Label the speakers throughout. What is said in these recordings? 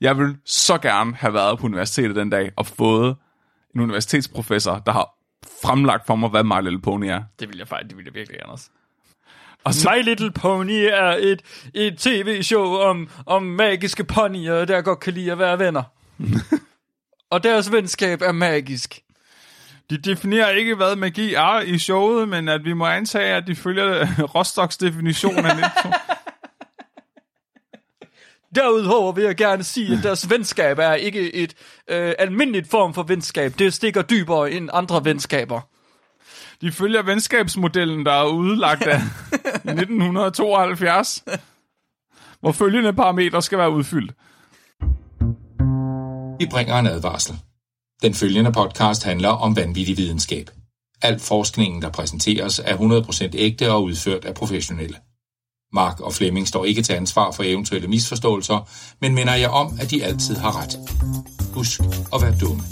Speaker 1: Jeg vil så gerne have været på universitetet den dag og fået en universitetsprofessor, der har fremlagt for mig, hvad My Little Pony er.
Speaker 2: Det vil jeg faktisk, det vil jeg virkelig gerne også.
Speaker 1: Og så,
Speaker 2: My Little Pony er et, et tv-show om, om magiske ponyer, der godt kan lide at være venner. og deres venskab er magisk.
Speaker 1: de definerer ikke, hvad magi er i showet, men at vi må antage, at de følger øh, Rostocks definition af det.
Speaker 2: Derudover vil jeg gerne sige, at deres venskab er ikke et øh, almindeligt form for venskab. Det stikker dybere end andre venskaber.
Speaker 1: De følger venskabsmodellen, der er udlagt af i 1972, hvor følgende parametre skal være udfyldt.
Speaker 3: Vi bringer en advarsel. Den følgende podcast handler om vanvittig videnskab. Al forskningen, der præsenteres, er 100% ægte og udført af professionelle. Mark og Flemming står ikke til ansvar for eventuelle misforståelser, men minder jeg om, at de altid har ret. Husk at være dumme.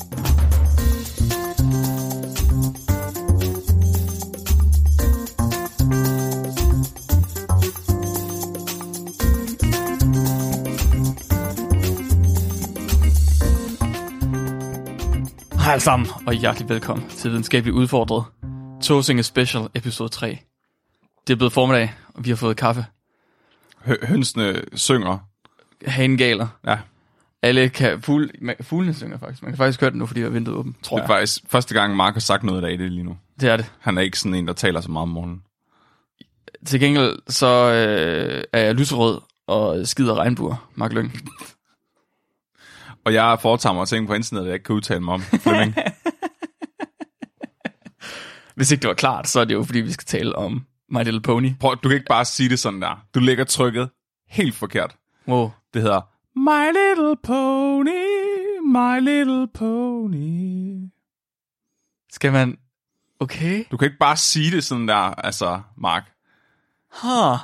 Speaker 2: Hej alle sammen, og hjertelig velkommen til Videnskabeligt Udfordret. Tåsinge Special, episode 3. Det er blevet formiddag, og vi har fået kaffe.
Speaker 1: Hø- hønsene synger.
Speaker 2: Hanen galer.
Speaker 1: Ja,
Speaker 2: Alle kan... Fugle, man, fuglene synger faktisk. Man kan faktisk høre det nu, fordi der er vinduet åbent, tror
Speaker 1: det er
Speaker 2: jeg.
Speaker 1: faktisk første gang, Mark har sagt noget i dag, det er lige nu.
Speaker 2: Det er det.
Speaker 1: Han er ikke sådan en, der taler så meget om morgenen.
Speaker 2: Til gengæld så øh, er jeg lyserød og skider regnbuer, Mark Lyng.
Speaker 1: Og jeg foretager mig ting på internettet, jeg ikke kan udtale mig om. Flemming.
Speaker 2: Hvis ikke det var klart, så er det jo fordi, vi skal tale om My Little Pony.
Speaker 1: Prøv, du kan ikke bare sige det sådan der. Du lægger trykket helt forkert.
Speaker 2: Wow.
Speaker 1: Det hedder My Little Pony, My Little Pony.
Speaker 2: Skal man... Okay.
Speaker 1: Du kan ikke bare sige det sådan der, altså, Mark.
Speaker 2: Huh.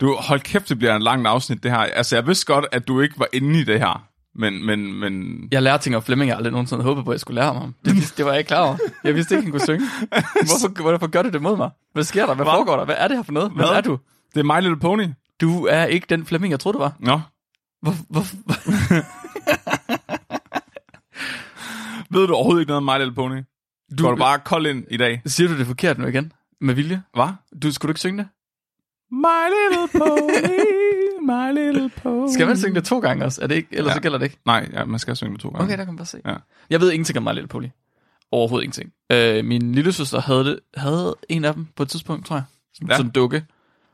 Speaker 1: Du, hold kæft, det bliver en lang afsnit, det her. Altså, jeg vidste godt, at du ikke var inde i det her. Men, men, men...
Speaker 2: Jeg lærer ting om Flemming, jeg aldrig nogensinde havde håbet på, at jeg skulle lære ham. Det, vidste- det var jeg ikke klar over. Jeg vidste ikke, han kunne synge. Hvorfor, hvorfor gør du det mod mig? Hvad sker der? Hvad foregår der? Hvad er det her for noget? Hvad er du?
Speaker 1: Det er My Little Pony.
Speaker 2: Du er ikke den Flemming, jeg troede, du var.
Speaker 1: Nå.
Speaker 2: Hvor, hvor,
Speaker 1: Ved du overhovedet ikke noget om My Little Pony? Du går du bare kold ind i dag.
Speaker 2: siger du det forkert nu igen? Med vilje?
Speaker 1: Hvad?
Speaker 2: Du, skulle du ikke synge det?
Speaker 1: My Little Pony, My Little Pony.
Speaker 2: Skal man synge det to gange også? Er det ikke? Ellers Mm. ja.
Speaker 1: Ja.
Speaker 2: så gælder det ikke.
Speaker 1: Nej, ja, man skal synge det to gange.
Speaker 2: Okay, der kan man bare se.
Speaker 1: Ja.
Speaker 2: Jeg ved ingenting om My Little Pony. Overhovedet ingenting. Øh, min lille søster havde, det, havde en af dem på et tidspunkt, tror jeg. Som, ja.
Speaker 1: Ja.
Speaker 2: som dukke.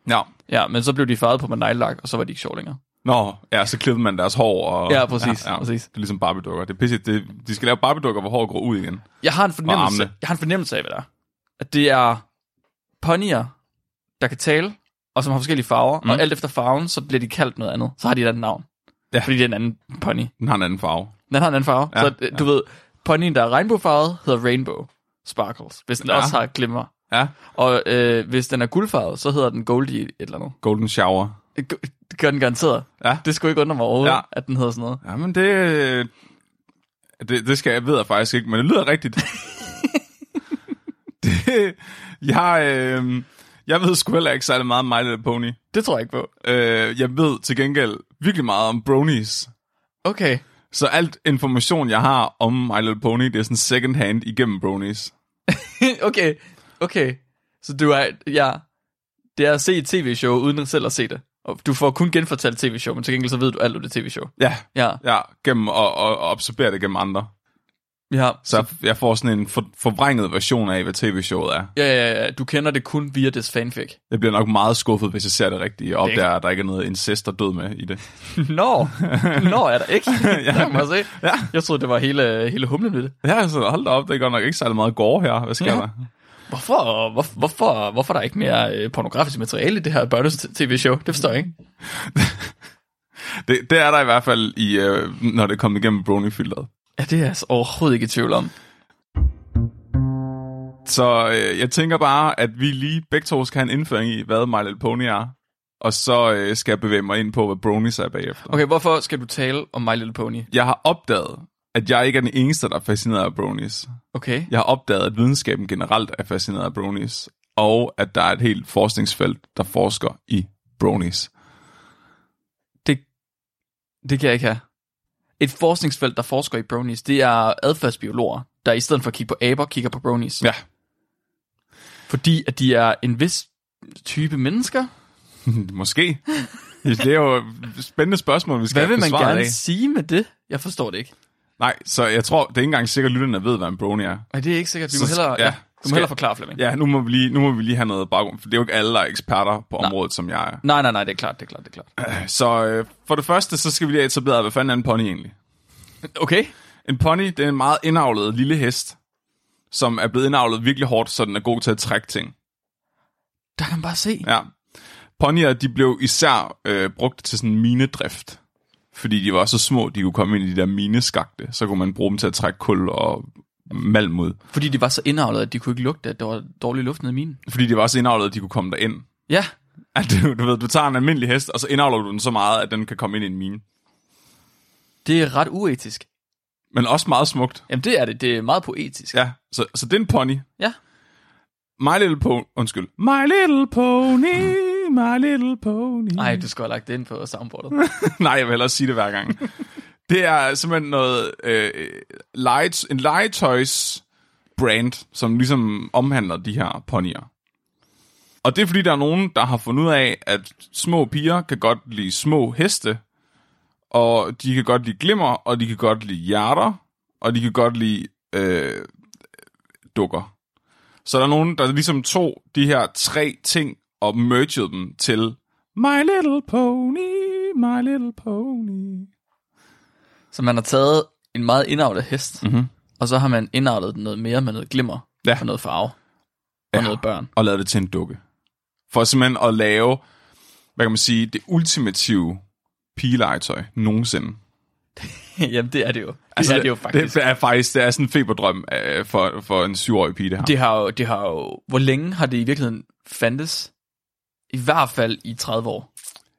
Speaker 1: Ja.
Speaker 2: Ja, men så blev de farvet på med neglelak, og så var de ikke sjov længere.
Speaker 1: Nå, ja, så klippede man deres hår. Og...
Speaker 2: Ja, præcis, præcis.
Speaker 1: Det er ligesom Barbie-dukker. Det er pisse, det, de skal lave Barbie-dukker, hvor håret går ud igen.
Speaker 2: Jeg har en fornemmelse,
Speaker 1: armene.
Speaker 2: jeg har en fornemmelse af, hvad der er. At det er ponyer, der kan tale, og som har forskellige farver, mm. og alt efter farven, så bliver de kaldt noget andet. Så har de et andet navn. Ja.
Speaker 1: Ja.
Speaker 2: Fordi det er en anden pony.
Speaker 1: Den har en anden farve.
Speaker 2: Den har en anden farve. Ja.
Speaker 1: Ja,
Speaker 2: Så øh, du ja. ved, ponyen, der er regnbuefarvet, hedder Rainbow Sparkles. Hvis den ja.
Speaker 1: Ja.
Speaker 2: også har glimmer.
Speaker 1: Ja.
Speaker 2: Og øh, hvis den er guldfarvet, så hedder den Goldie et eller andet.
Speaker 1: Golden Shower.
Speaker 2: Øh, gu- Det gør den garanteret.
Speaker 1: Ja.
Speaker 2: Det skulle ikke undre mig overhovedet, ja.
Speaker 1: Ja.
Speaker 2: at den hedder sådan noget.
Speaker 1: Jamen, det... øh, Det, det skal jeg, ved jeg faktisk ikke, men det lyder rigtigt. det, jeg, øh, jeg ved sgu heller ikke særlig meget om My Little Pony.
Speaker 2: Det tror jeg ikke på.
Speaker 1: Øh, jeg ved til gengæld virkelig meget om bronies.
Speaker 2: Okay.
Speaker 1: Så alt information, jeg har om My Little Pony, det er sådan second hand igennem bronies.
Speaker 2: okay, okay. Så du er, ja, det er at se et tv-show, uden selv at se det. Og du får kun genfortalt tv-show, men til gengæld så ved du alt om det tv-show.
Speaker 1: Ja,
Speaker 2: Ja,
Speaker 1: ja gennem at, at, at observere det gennem andre.
Speaker 2: ja.
Speaker 1: Så jeg, jeg får sådan en for, forvrænget version af, hvad tv-showet er.
Speaker 2: Ja, ja, ja, du kender det kun via dets fanfic.
Speaker 1: Jeg bliver nok meget skuffet, hvis jeg ser det rigtige, og
Speaker 2: Det er ikke-
Speaker 1: opdager, at der ikke er noget incest og død med i det. Nå!
Speaker 2: Nå, nå er der ikke. ja,
Speaker 1: Ja,
Speaker 2: der må jeg se.
Speaker 1: ja.
Speaker 2: Jeg troede, det var hele, hele humlen ved det.
Speaker 1: Ja, altså, hold da op, det er godt nok ikke særlig meget gore her. Hvad sker
Speaker 2: Ja.
Speaker 1: ja. der?
Speaker 2: Hvorfor, hvor, hvorfor, hvorfor er der ikke mere øh, pornografisk materiale i det her børnes tv-show? Det forstår jeg ikke.
Speaker 1: Det, det er der i hvert fald, i, øh, når det kommer igennem brownie-filteret.
Speaker 2: Ja, det er jeg altså overhovedet ikke i tvivl om.
Speaker 1: Så øh, jeg tænker bare, at vi lige begge to skal have en indføring i, hvad My Little Pony er. Og så øh, skal jeg bevæge mig ind på, hvad bronies er bagefter.
Speaker 2: Okay, hvorfor skal du tale om My Little Pony?
Speaker 1: Jeg har opdaget, at jeg ikke er den eneste, der er fascineret af bronies.
Speaker 2: Okay,
Speaker 1: Jeg har opdaget, at videnskaben generelt er fascineret af bronies. Og at der er et helt forskningsfelt, der forsker i bronies.
Speaker 2: det kan jeg ikke have. et forskningsfelt, der forsker i bronies, det er adfærdsbiologer, der i stedet for at kigge på aber, kigger på bronies.
Speaker 1: Ja.
Speaker 2: Fordi at de er en vis type mennesker.
Speaker 1: Måske. Det er jo et spændende spørgsmål, vi skal
Speaker 2: Hvad vil man
Speaker 1: besvare i
Speaker 2: gerne
Speaker 1: dag.
Speaker 2: sige med det? Jeg forstår det ikke.
Speaker 1: Nej, så jeg tror, det er ikke engang sikkert, at lytterne ved, hvad en brony er.
Speaker 2: Og det er ikke sikkert. Vi
Speaker 1: Så
Speaker 2: må
Speaker 1: sk-
Speaker 2: hellere,
Speaker 1: ja.
Speaker 2: ja, du
Speaker 1: Skal-
Speaker 2: må hellere forklare, Flemming.
Speaker 1: Ja, nu må, vi lige, nu må vi lige have noget baggrund, for det er jo ikke alle, der er eksperter på
Speaker 2: Nej.
Speaker 1: området, som jeg er.
Speaker 2: Nej, nej, nej, det er klart, det er klart, det er klart.
Speaker 1: Så øh, for det første, så skal vi lige have etableret, hvad fanden er en pony egentlig?
Speaker 2: Okay.
Speaker 1: En pony, det er en meget indavlet lille hest, som er blevet indavlet virkelig hårdt, så den er god til at trække ting.
Speaker 2: Der kan man bare se.
Speaker 1: Ja. Ponyer, de blev især øh, brugt til sådan minedrift, fordi de var så små, de kunne komme ind i de der mineskagte, så kunne man bruge dem til at trække kul og malm ud.
Speaker 2: Fordi de var så indavlet, at de kunne ikke lugte, at der var dårlig luft nede i minen.
Speaker 1: Fordi de var så indavlet, at de kunne komme derind.
Speaker 2: Ja,
Speaker 1: At du, du ved, du tager en almindelig hest, og så indavler du den så meget, at den kan komme ind i en mine.
Speaker 2: det er ret uetisk.
Speaker 1: Men også meget smukt.
Speaker 2: Jamen det er det, det er meget poetisk.
Speaker 1: Ja, så, så det er en pony.
Speaker 2: Ja.
Speaker 1: My Little Pony. Undskyld. My Little Pony. My Little Pony.
Speaker 2: Nej, du skal have lagt det ind på soundboardet.
Speaker 1: Nej, jeg vil hellere sige det hver gang. det er simpelthen noget, øh, lege, en legetøjs brand, som ligesom omhandler de her ponyer. Og det er fordi, der er nogen, der har fundet ud af, at små piger kan godt lide små heste, og de kan godt lide glimmer, og de kan godt lide hjerter, og de kan godt lide øh, dukker. Så der er nogen, der ligesom tog de her tre ting og mergede dem til My Little Pony, My Little Pony.
Speaker 2: Så man har taget en meget indavlet hest, mm-hmm. og så har man indavlet den noget mere med noget glimmer
Speaker 1: Ja.
Speaker 2: og noget farve og noget børn.
Speaker 1: og lavede det til en dukke. For simpelthen at lave, hvad kan man sige, det ultimative pigelegetøj nogensinde.
Speaker 2: Jamen det er det jo. Det altså, er det jo faktisk. Det,
Speaker 1: Det er faktisk det er sådan en feberdrøm øh, for, for en syvårig pige, det her. Det,
Speaker 2: det, har jo, det har jo... Hvor længe har det i virkeligheden fandtes? I hvert fald i 30 år.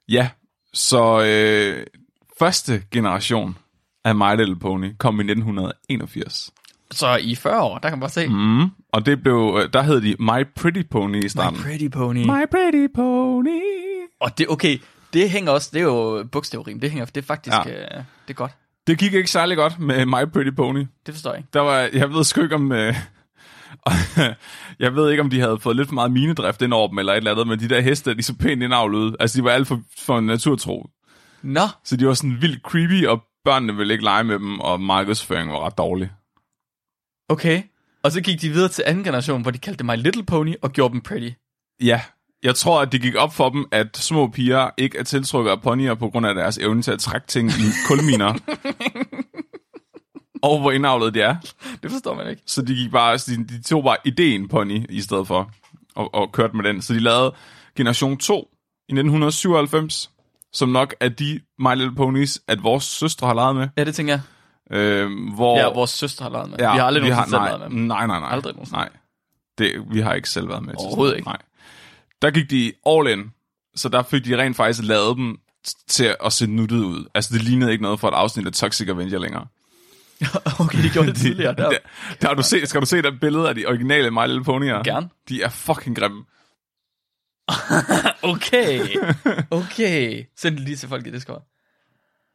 Speaker 1: ja, så øh, første generation af My Little Pony kom i 1981.
Speaker 2: Så i 40 år, der kan man bare se. Mm.
Speaker 1: Mm. Og det blev, øh, der hed de My Pretty Pony i starten.
Speaker 2: My pretty pony.
Speaker 1: My Pretty Pony.
Speaker 2: Og det, okay, det hænger også, det er jo bogstavrim, det hænger, det er faktisk,
Speaker 1: Ja.
Speaker 2: ja. øh, det er godt.
Speaker 1: Det gik ikke særlig godt med My Pretty Pony.
Speaker 2: Det forstår jeg ikke.
Speaker 1: der var, jeg ved sgu ikke om, øh, jeg ved ikke om de havde fået lidt for meget minedrift ind over dem, eller et eller andet, men de der heste, de er så pænt indavlede. Altså, de var alt for, for naturtro.
Speaker 2: Nå,
Speaker 1: Så de var sådan vildt creepy, og børnene ville ikke lege med dem, og markedsføringen var ret dårlig.
Speaker 2: okay. Og så gik de videre til anden generation, hvor de kaldte det My Little Pony og gjorde dem pretty.
Speaker 1: Ja, jeg tror, at det gik op for dem, at små piger ikke er tiltrukket af ponyer på grund af deres evne til at trække ting i kulminer. og hvor indavlede de er.
Speaker 2: Det forstår man ikke.
Speaker 1: Så de, gik bare, så de, de tog bare ideen pony i stedet for, og, og kørte med den. Så de lavede Generation 2 i 1997, som nok er de My Little Ponies, at vores søstre har leget med.
Speaker 2: Ja, det tænker jeg.
Speaker 1: Øh, hvor,
Speaker 2: Ja, vores søster har leget med. Ja, vi har aldrig nogensinde selv leget med. dem.
Speaker 1: Nej, nej, nej.
Speaker 2: Aldrig nogensinde.
Speaker 1: Nej, det, vi har ikke selv været med. til
Speaker 2: Overhovedet
Speaker 1: sådan
Speaker 2: ikke.
Speaker 1: noget. Nej. Der gik de all in, så der fik de rent faktisk lavet dem t- til at se nuttet ud. Altså, det lignede ikke noget for et afsnit af Toxic Avenger længere.
Speaker 2: okay, de gjorde det tidligere. Der.
Speaker 1: Der, der har du set, skal du se der billede af de originale My Little Pony'er?
Speaker 2: Gerne.
Speaker 1: De er fucking grimme.
Speaker 2: Okay, okay. Send det lige til folk i Discord.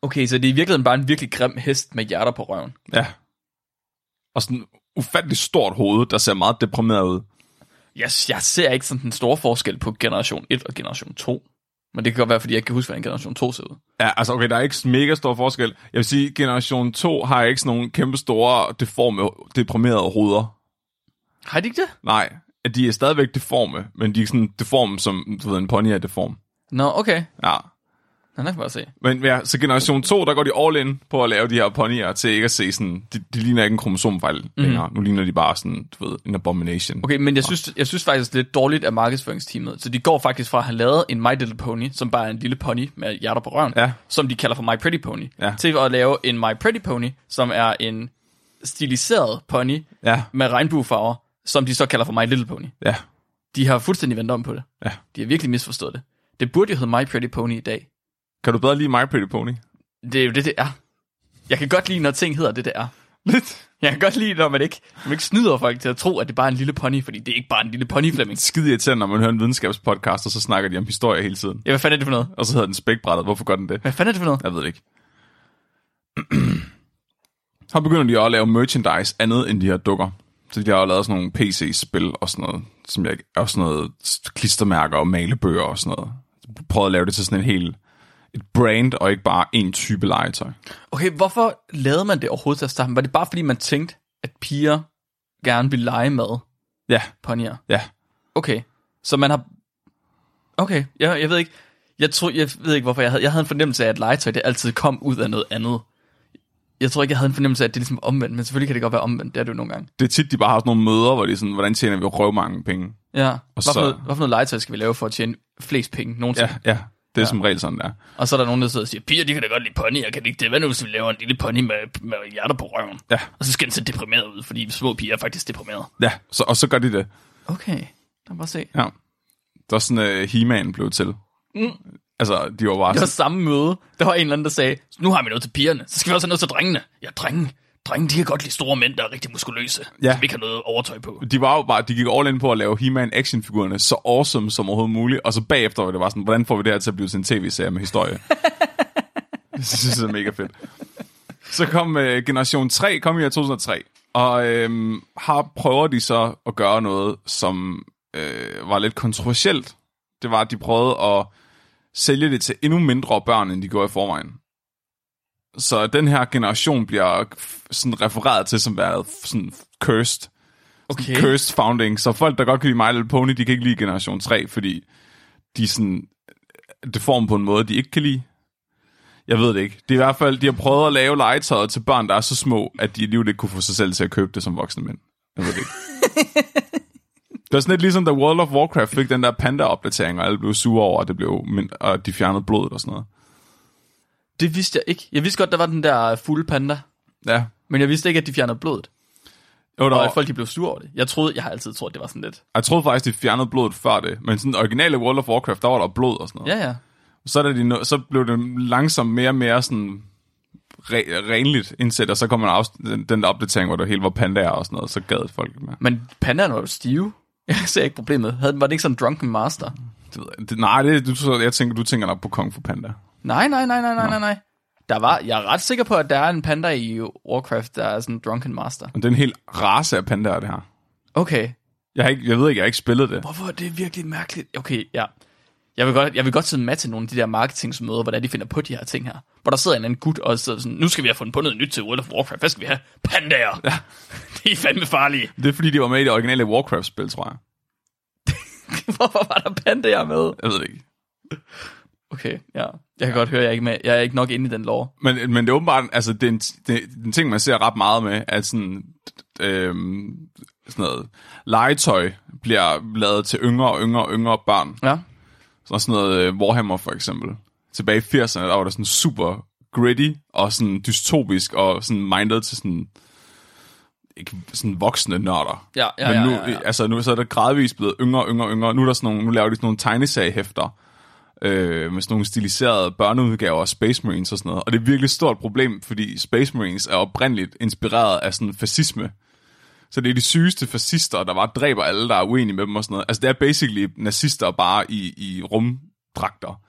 Speaker 2: Okay, så det er i virkeligheden bare en virkelig grim hest med hjerter på røven.
Speaker 1: Ja. Og sådan ufattelig stort hoved, der ser meget deprimeret ud.
Speaker 2: Jeg, jeg ser ikke sådan den store forskel på generation 1 og generation 2. Men det kan godt være, fordi jeg ikke kan huske, hvordan generation 2 ser ud.
Speaker 1: Ja, altså okay, der er ikke mega stor forskel. Jeg vil sige, generation 2 har ikke sådan nogle kæmpe store deforme, deprimerede hoveder.
Speaker 2: Har de ikke det?
Speaker 1: Nej, at de er stadigvæk deforme, men de er sådan deforme, som du ved, en pony er deform.
Speaker 2: Nå, okay.
Speaker 1: Ja.
Speaker 2: Nå, der kan jeg bare se.
Speaker 1: Men ja, så generation 2, der går de all in på at lave de her ponyer til ikke at se sådan, de, de ligner ikke en kromosomfejl mm. længere. Nu ligner de bare sådan, du ved, en abomination.
Speaker 2: Okay, men jeg synes, jeg synes faktisk, det er lidt dårligt af markedsføringsteamet. Så de går faktisk fra at have lavet en My Little Pony, som bare er en lille pony med hjerter på røven,
Speaker 1: Ja.
Speaker 2: som de kalder for My Pretty Pony,
Speaker 1: Ja.
Speaker 2: til at lave en My Pretty Pony, som er en stiliseret pony
Speaker 1: Ja,
Speaker 2: med regnbuefarver, som de så kalder for My Little Pony.
Speaker 1: ja,
Speaker 2: De har fuldstændig vendt om på det.
Speaker 1: ja.
Speaker 2: De har virkelig misforstået det. Det burde jo hedde My Pretty Pony i dag.
Speaker 1: Kan du bedre lide My Pretty Pony?
Speaker 2: Det er jo det, det er. Jeg kan godt lide, når ting hedder det, det er.
Speaker 1: Lidt.
Speaker 2: Jeg kan godt lide, når man ikke, når man ikke snyder folk til at tro, at det bare er en lille pony, fordi det er ikke bare en lille pony, Flemming.
Speaker 1: skide irriterende, når man hører en videnskabspodcast, og så snakker de om historie hele tiden.
Speaker 2: Ja, hvad fanden er det for noget?
Speaker 1: Og så hedder den spækbrættet. Hvorfor gør den det?
Speaker 2: Hvad fanden er det for noget?
Speaker 1: Jeg ved det ikke. så begynder de at lave merchandise andet end de her dukker. Så de har jo lavet sådan nogle PC-spil og sådan noget, som jeg, og sådan noget klistermærker og malebøger og sådan noget. Prøvede at lave det til sådan en hel et brand, og ikke bare en type legetøj.
Speaker 2: Okay, hvorfor lavede man det overhovedet til at starte med? Var det bare fordi, man tænkte, at piger gerne ville lege med
Speaker 1: Ja,
Speaker 2: ponyer?
Speaker 1: ja.
Speaker 2: Okay, så man har... Okay, jeg, jeg ved ikke... Jeg, tror, jeg ved ikke, hvorfor jeg havde... Jeg havde en fornemmelse af, at legetøj det altid kom ud af noget andet. Jeg tror ikke, jeg havde en fornemmelse af, at det er ligesom omvendt, men selvfølgelig kan det godt være omvendt. Det er det jo nogle gange.
Speaker 1: Det er tit, de bare har sådan nogle møder, hvor de er sådan, hvordan tjener vi røv mange penge?
Speaker 2: Ja. Hvad for,
Speaker 1: så-
Speaker 2: noget, hvad for noget legetøj skal vi lave for at tjene flest penge nogensinde?
Speaker 1: Ja, ja. Det er ja. som regel sådan, der.
Speaker 2: Og så er der nogen, der sidder og siger, piger, de kan da godt lide ponyer, kan de ikke det? Hvad nu, hvis vi laver en lille pony med, med hjerter på røven?
Speaker 1: Ja.
Speaker 2: Og så skal den se deprimeret ud, fordi små piger er faktisk deprimerede.
Speaker 1: Ja, så, og så gør de det.
Speaker 2: Okay, lad mig bare se.
Speaker 1: Ja. Der er sådan, uh, He-Man blev til. Mm. Altså, de var bare
Speaker 2: Det
Speaker 1: sådan,
Speaker 2: var samme møde. Der var en eller anden, der sagde, nu har vi noget til pigerne, så skal vi også have noget til drengene. Ja, drenge. Drenge, de kan godt lide store mænd, der er rigtig muskuløse,
Speaker 1: Ja.
Speaker 2: som ikke har noget overtøj på.
Speaker 1: de var jo bare, de gik all in på at lave He-Man actionfigurerne så awesome som overhovedet muligt, og så bagefter var det bare sådan, hvordan får vi det her til at blive til en tv-serie med historie? jeg synes, det er mega fedt. Så kom øh, Generation 3, kom i år 2003, og øhm, her prøver de så at gøre noget, som øh, var lidt kontroversielt. Det var, at de prøvede at sælge det til endnu mindre børn, end de gjorde i forvejen. Så den her generation bliver f- sådan refereret til som været f- sådan cursed
Speaker 2: Okay.
Speaker 1: cursed founding, så folk, der godt kan lide My Little Pony, de kan ikke lide Generation 3, fordi de er sådan deform på en måde, de ikke kan lide. Jeg ved det ikke. Det er i hvert fald, de har prøvet at lave legetøjet til børn, der er så små, at de alligevel ikke kunne få sig selv til at købe det som voksne mænd. Jeg ved det ikke. Det var sådan lidt ligesom, da World of Warcraft fik den der panda-opdatering, og alle blev sure over, at, det blev mind- og de fjernede blodet og sådan noget.
Speaker 2: Det vidste jeg ikke. Jeg vidste godt, der var den der øh, fulde panda,
Speaker 1: Ja.
Speaker 2: men jeg vidste ikke, at de fjernede blodet.
Speaker 1: Jo, der
Speaker 2: Og
Speaker 1: var,
Speaker 2: at folk de blev sure over det. Jeg troede, jeg har altid troet, det var sådan lidt.
Speaker 1: jeg troede faktisk, de fjernede blodet før det, men sådan originale World of Warcraft, der var der blod og sådan noget.
Speaker 2: Ja, ja.
Speaker 1: så, er de, nå- så blev det langsomt mere og mere sådan re, renligt indsat, og så kom en afs- den, den der opdatering, hvor der hele var pandaer og sådan noget, så gad folk ikke mere.
Speaker 2: Men pandaen var jo stive. Jeg ser ikke problemet. Havde den, var det ikke sådan en drunken master?
Speaker 1: Det ved jeg. Det, nej, det, du, tror- jeg tænker, du tænker nok på Kong for Panda.
Speaker 2: Nej, nej, nej, nej, nej, nej, nej. Der var, jeg er ret sikker på, at der er en panda i Warcraft, der er sådan en drunken master.
Speaker 1: Og det er en hel race af pandaer, det her.
Speaker 2: Okay,
Speaker 1: Jeg, har ikke, jeg ved ikke, jeg har ikke spillet det.
Speaker 2: Hvorfor er det virkelig mærkeligt? Okay, ja. Jeg vil godt, jeg vil godt sidde med til nogle af de der marketingsmøder, hvordan de finder på de her ting her. Hvor der sidder en eller anden gut og sidder sådan, nu skal vi have fundet på noget nyt til World of Warcraft. Hvad skal vi have? Pandaer! Ja. De er fandme farlige.
Speaker 1: Det er fordi, de var med i det originale Warcraft-spil, tror jeg.
Speaker 2: Hvorfor var der pandaer med?
Speaker 1: Jeg ved det ikke.
Speaker 2: Okay, ja. Jeg kan godt høre, jeg er ikke med. Jeg er ikke nok inde i den lore.
Speaker 1: Men, men det er åbenbart, altså, det er, en, det er en ting, man ser ret meget med, at sådan, øh, sådan noget legetøj bliver lavet til yngre og yngre og yngre børn.
Speaker 2: Ja.
Speaker 1: Så sådan noget øh, Warhammer for eksempel. Tilbage i 80'erne, der var det sådan super gritty og sådan dystopisk og sådan mindet til sådan ikke sådan voksne nørder.
Speaker 2: Ja, ja, ja,
Speaker 1: Men nu,
Speaker 2: ja, ja.
Speaker 1: altså nu så er det gradvist blevet yngre, yngre, yngre. Nu er der sådan nogle, nu laver de sådan nogle tegneseriehæfter øh, med sådan nogle stiliserede børneudgaver af Space Marines og sådan noget. Og det er virkelig et stort problem, fordi Space Marines er oprindeligt inspireret af sådan fascisme. Så det er de sygeste fascister, der bare dræber alle, der er uenige med dem og sådan noget. Altså det er basically nazister bare i, i rumdragter.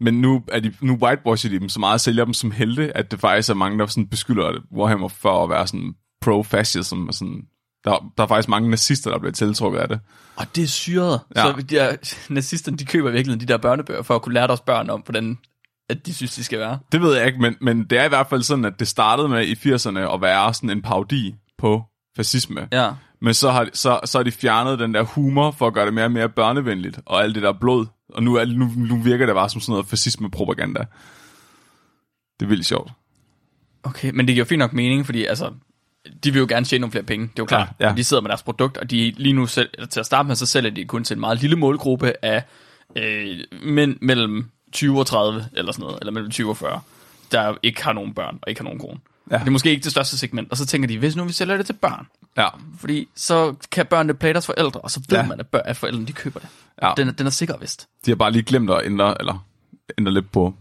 Speaker 1: Men nu, er de, nu whitewasher de dem så meget og sælger dem som helte, at det faktisk er mange, der sådan beskylder Warhammer for at være sådan pro-fascism. Og sådan. Der, der er faktisk mange nazister, der bliver tiltrukket af det.
Speaker 2: Og det er syret. Ja.
Speaker 1: Ja.
Speaker 2: Så de der, nazisterne, de køber virkelig de der børnebøger, for at kunne lære deres børn om, hvordan at de synes, de skal være.
Speaker 1: Det ved jeg ikke, men, men det er i hvert fald sådan, at det startede med i 80'erne at være sådan en parodi på fascisme.
Speaker 2: Ja.
Speaker 1: Men så har, så, så har de fjernet den der humor for at gøre det mere og mere børnevenligt, og alt det der blod. Og nu, er, nu, nu virker det bare som sådan noget fascisme-propaganda. Det er vildt sjovt.
Speaker 2: Okay, men det giver jo fint nok mening, fordi altså, de vil jo gerne tjene nogle flere penge, det er jo klart.
Speaker 1: Ja, ja.
Speaker 2: De sidder med deres produkt, og de lige nu selv, eller til at starte med, så sælger de kun til en meget lille målgruppe af øh, mænd mellem 20 og 30, eller sådan noget, eller mellem 20 og 40, der ikke har nogen børn og ikke har nogen kone. Ja.
Speaker 1: Ja.
Speaker 2: Det er måske ikke det største segment, og så tænker de, hvis nu vi sælger det til børn,
Speaker 1: Ja,
Speaker 2: fordi så kan børnene plage deres forældre, og så ved ja.
Speaker 1: Ja.
Speaker 2: man, at, børn, at forældrene de køber det. Ja.
Speaker 1: Ja.
Speaker 2: Den, er- den er sikker vist.
Speaker 1: de har bare lige glemt at ændre, eller, ændre lidt på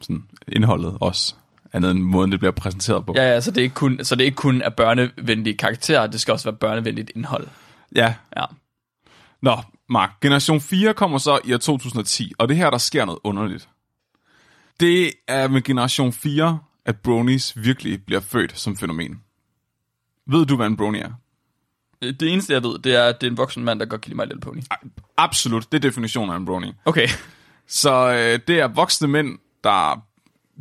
Speaker 1: sådan, indholdet også. Andet end måden, det bliver præsenteret på.
Speaker 2: Ja, ja, så det er ikke kun, så det er ikke kun er børnevenlige karakterer, det skal også være børnevenligt indhold.
Speaker 1: ja.
Speaker 2: Ja.
Speaker 1: Nå, Mark. Generation 4 kommer så i år 2010, og det er her, der sker noget underligt. Det er med generation 4, at bronies virkelig bliver født som fænomen? Ved du, hvad en brony er?
Speaker 2: Øh, Det eneste, jeg ved, det er, at det er en voksen mand, der godt kan lide My Little Pony.
Speaker 1: Absolut, det er definitionen af en brony.
Speaker 2: Okay.
Speaker 1: Så øh, det er voksne mænd, der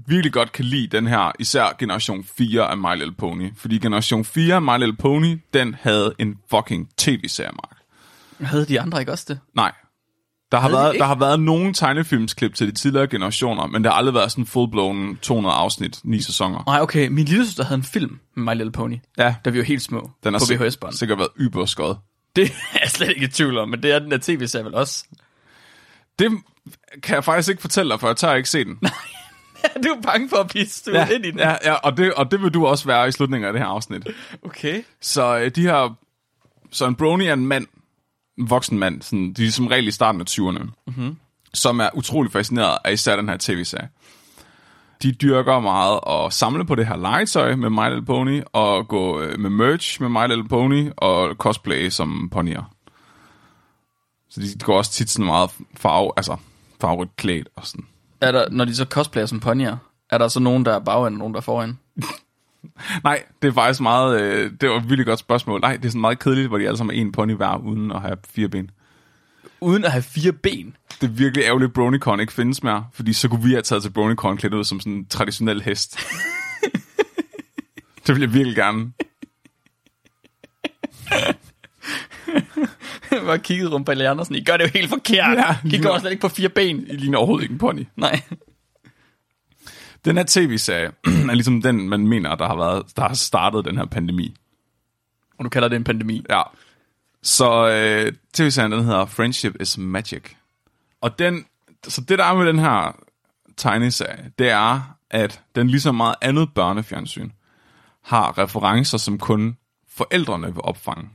Speaker 1: virkelig godt kan lide den her, især generation 4 af My Little Pony. Fordi generation 4 af My Little Pony, den havde en fucking tv-serie, Mark.
Speaker 2: Havde de andre ikke også det?
Speaker 1: Nej. Der har,
Speaker 2: Havde de
Speaker 1: været,
Speaker 2: ikke?
Speaker 1: der har været nogle tegnefilmsklip til de tidligere generationer, men der har aldrig været sådan full-blown 200 afsnit, ni sæsoner.
Speaker 2: Nej, okay. Min lille søster havde en film med My Little Pony,
Speaker 1: Ja,
Speaker 2: da vi var helt små
Speaker 1: den
Speaker 2: på
Speaker 1: har sik-
Speaker 2: VHS-bånd.
Speaker 1: sikkert været yberskåret.
Speaker 2: Det er jeg slet ikke i tvivl om, men det er den der tv-serie vel også.
Speaker 1: Det kan jeg faktisk ikke fortælle dig, for jeg tør ikke se den.
Speaker 2: du er bange for at blive støvet ind i den.
Speaker 1: ja, ja og, det, og det vil du også være i slutningen af det her afsnit.
Speaker 2: Okay.
Speaker 1: Så øh, de her... Så en brony er en mand, en voksen mand, sådan, de er som regel i starten af 20'erne, mm-hmm. som er utrolig fascineret af især den her tv-serie. De dyrker meget at samle på det her legetøj med My Little Pony, og gå øh, med merch med My Little Pony, og cosplay som ponyer. Så de går også tit sådan meget farve, altså farvet klædt og sådan.
Speaker 2: Er der, når de så cosplayer som ponyer, er der så nogen, der er bagend og nogen, der er foran?
Speaker 1: Nej, det er faktisk meget, øh, det var et virkelig godt spørgsmål. Nej, det er sådan meget kedeligt, hvor de alle sammen er en pony hver, uden at have fire ben.
Speaker 2: Uden at have fire ben.
Speaker 1: det er virkelig ærgerligt, at Bronycon ikke findes mere, fordi så kunne vi have taget til Bronycon klædt ud som sådan en traditionel hest. det ville jeg virkelig gerne.
Speaker 2: Jeg har kigget rundt på Ellie Andersen. I gør det jo helt forkert.
Speaker 1: Ja,
Speaker 2: I
Speaker 1: lige
Speaker 2: går
Speaker 1: nu.
Speaker 2: slet ikke på fire ben.
Speaker 1: I ligner overhovedet ikke en pony.
Speaker 2: Nej.
Speaker 1: Den her tv-serie er ligesom den, man mener, der har, været, der har startet den her pandemi.
Speaker 2: Og du kalder det en pandemi.
Speaker 1: Ja. Så øh, tv-serien, den hedder Friendship is Magic. Og den, så det der er med den her tegneserie, det er, at den ligesom meget andet børnefjernsyn har referencer, som kun forældrene vil opfange.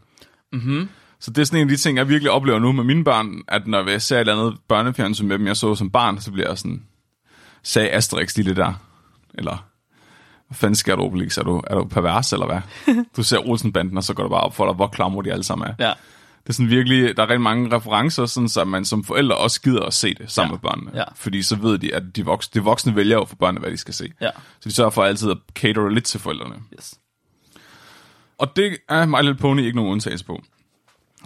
Speaker 1: Mm-hmm. Så det er sådan en af de ting, jeg virkelig oplever nu med mine børn, at når jeg ser et eller andet børnefjernsyn med dem, jeg så som barn, så bliver jeg sådan, sagde Asterix lige det der? Eller, hvad fanden sker du, Obelix? Er du, er du pervers, eller hvad? du ser Olsenbanden, og så går det bare op for dig, hvor klammer de alle sammen er.
Speaker 2: Ja.
Speaker 1: Det er sådan virkelig, der er rigtig mange referencer, sådan, så man som forældre også gider at se det sammen ja. med børnene.
Speaker 2: Ja.
Speaker 1: Fordi så ved de, at de voksne, de voksne vælger jo for børnene, hvad de skal se.
Speaker 2: Ja.
Speaker 1: Så de sørger for altid at catere lidt til forældrene.
Speaker 2: Yes.
Speaker 1: Og det er My Little Pony ikke nogen undtagelse på.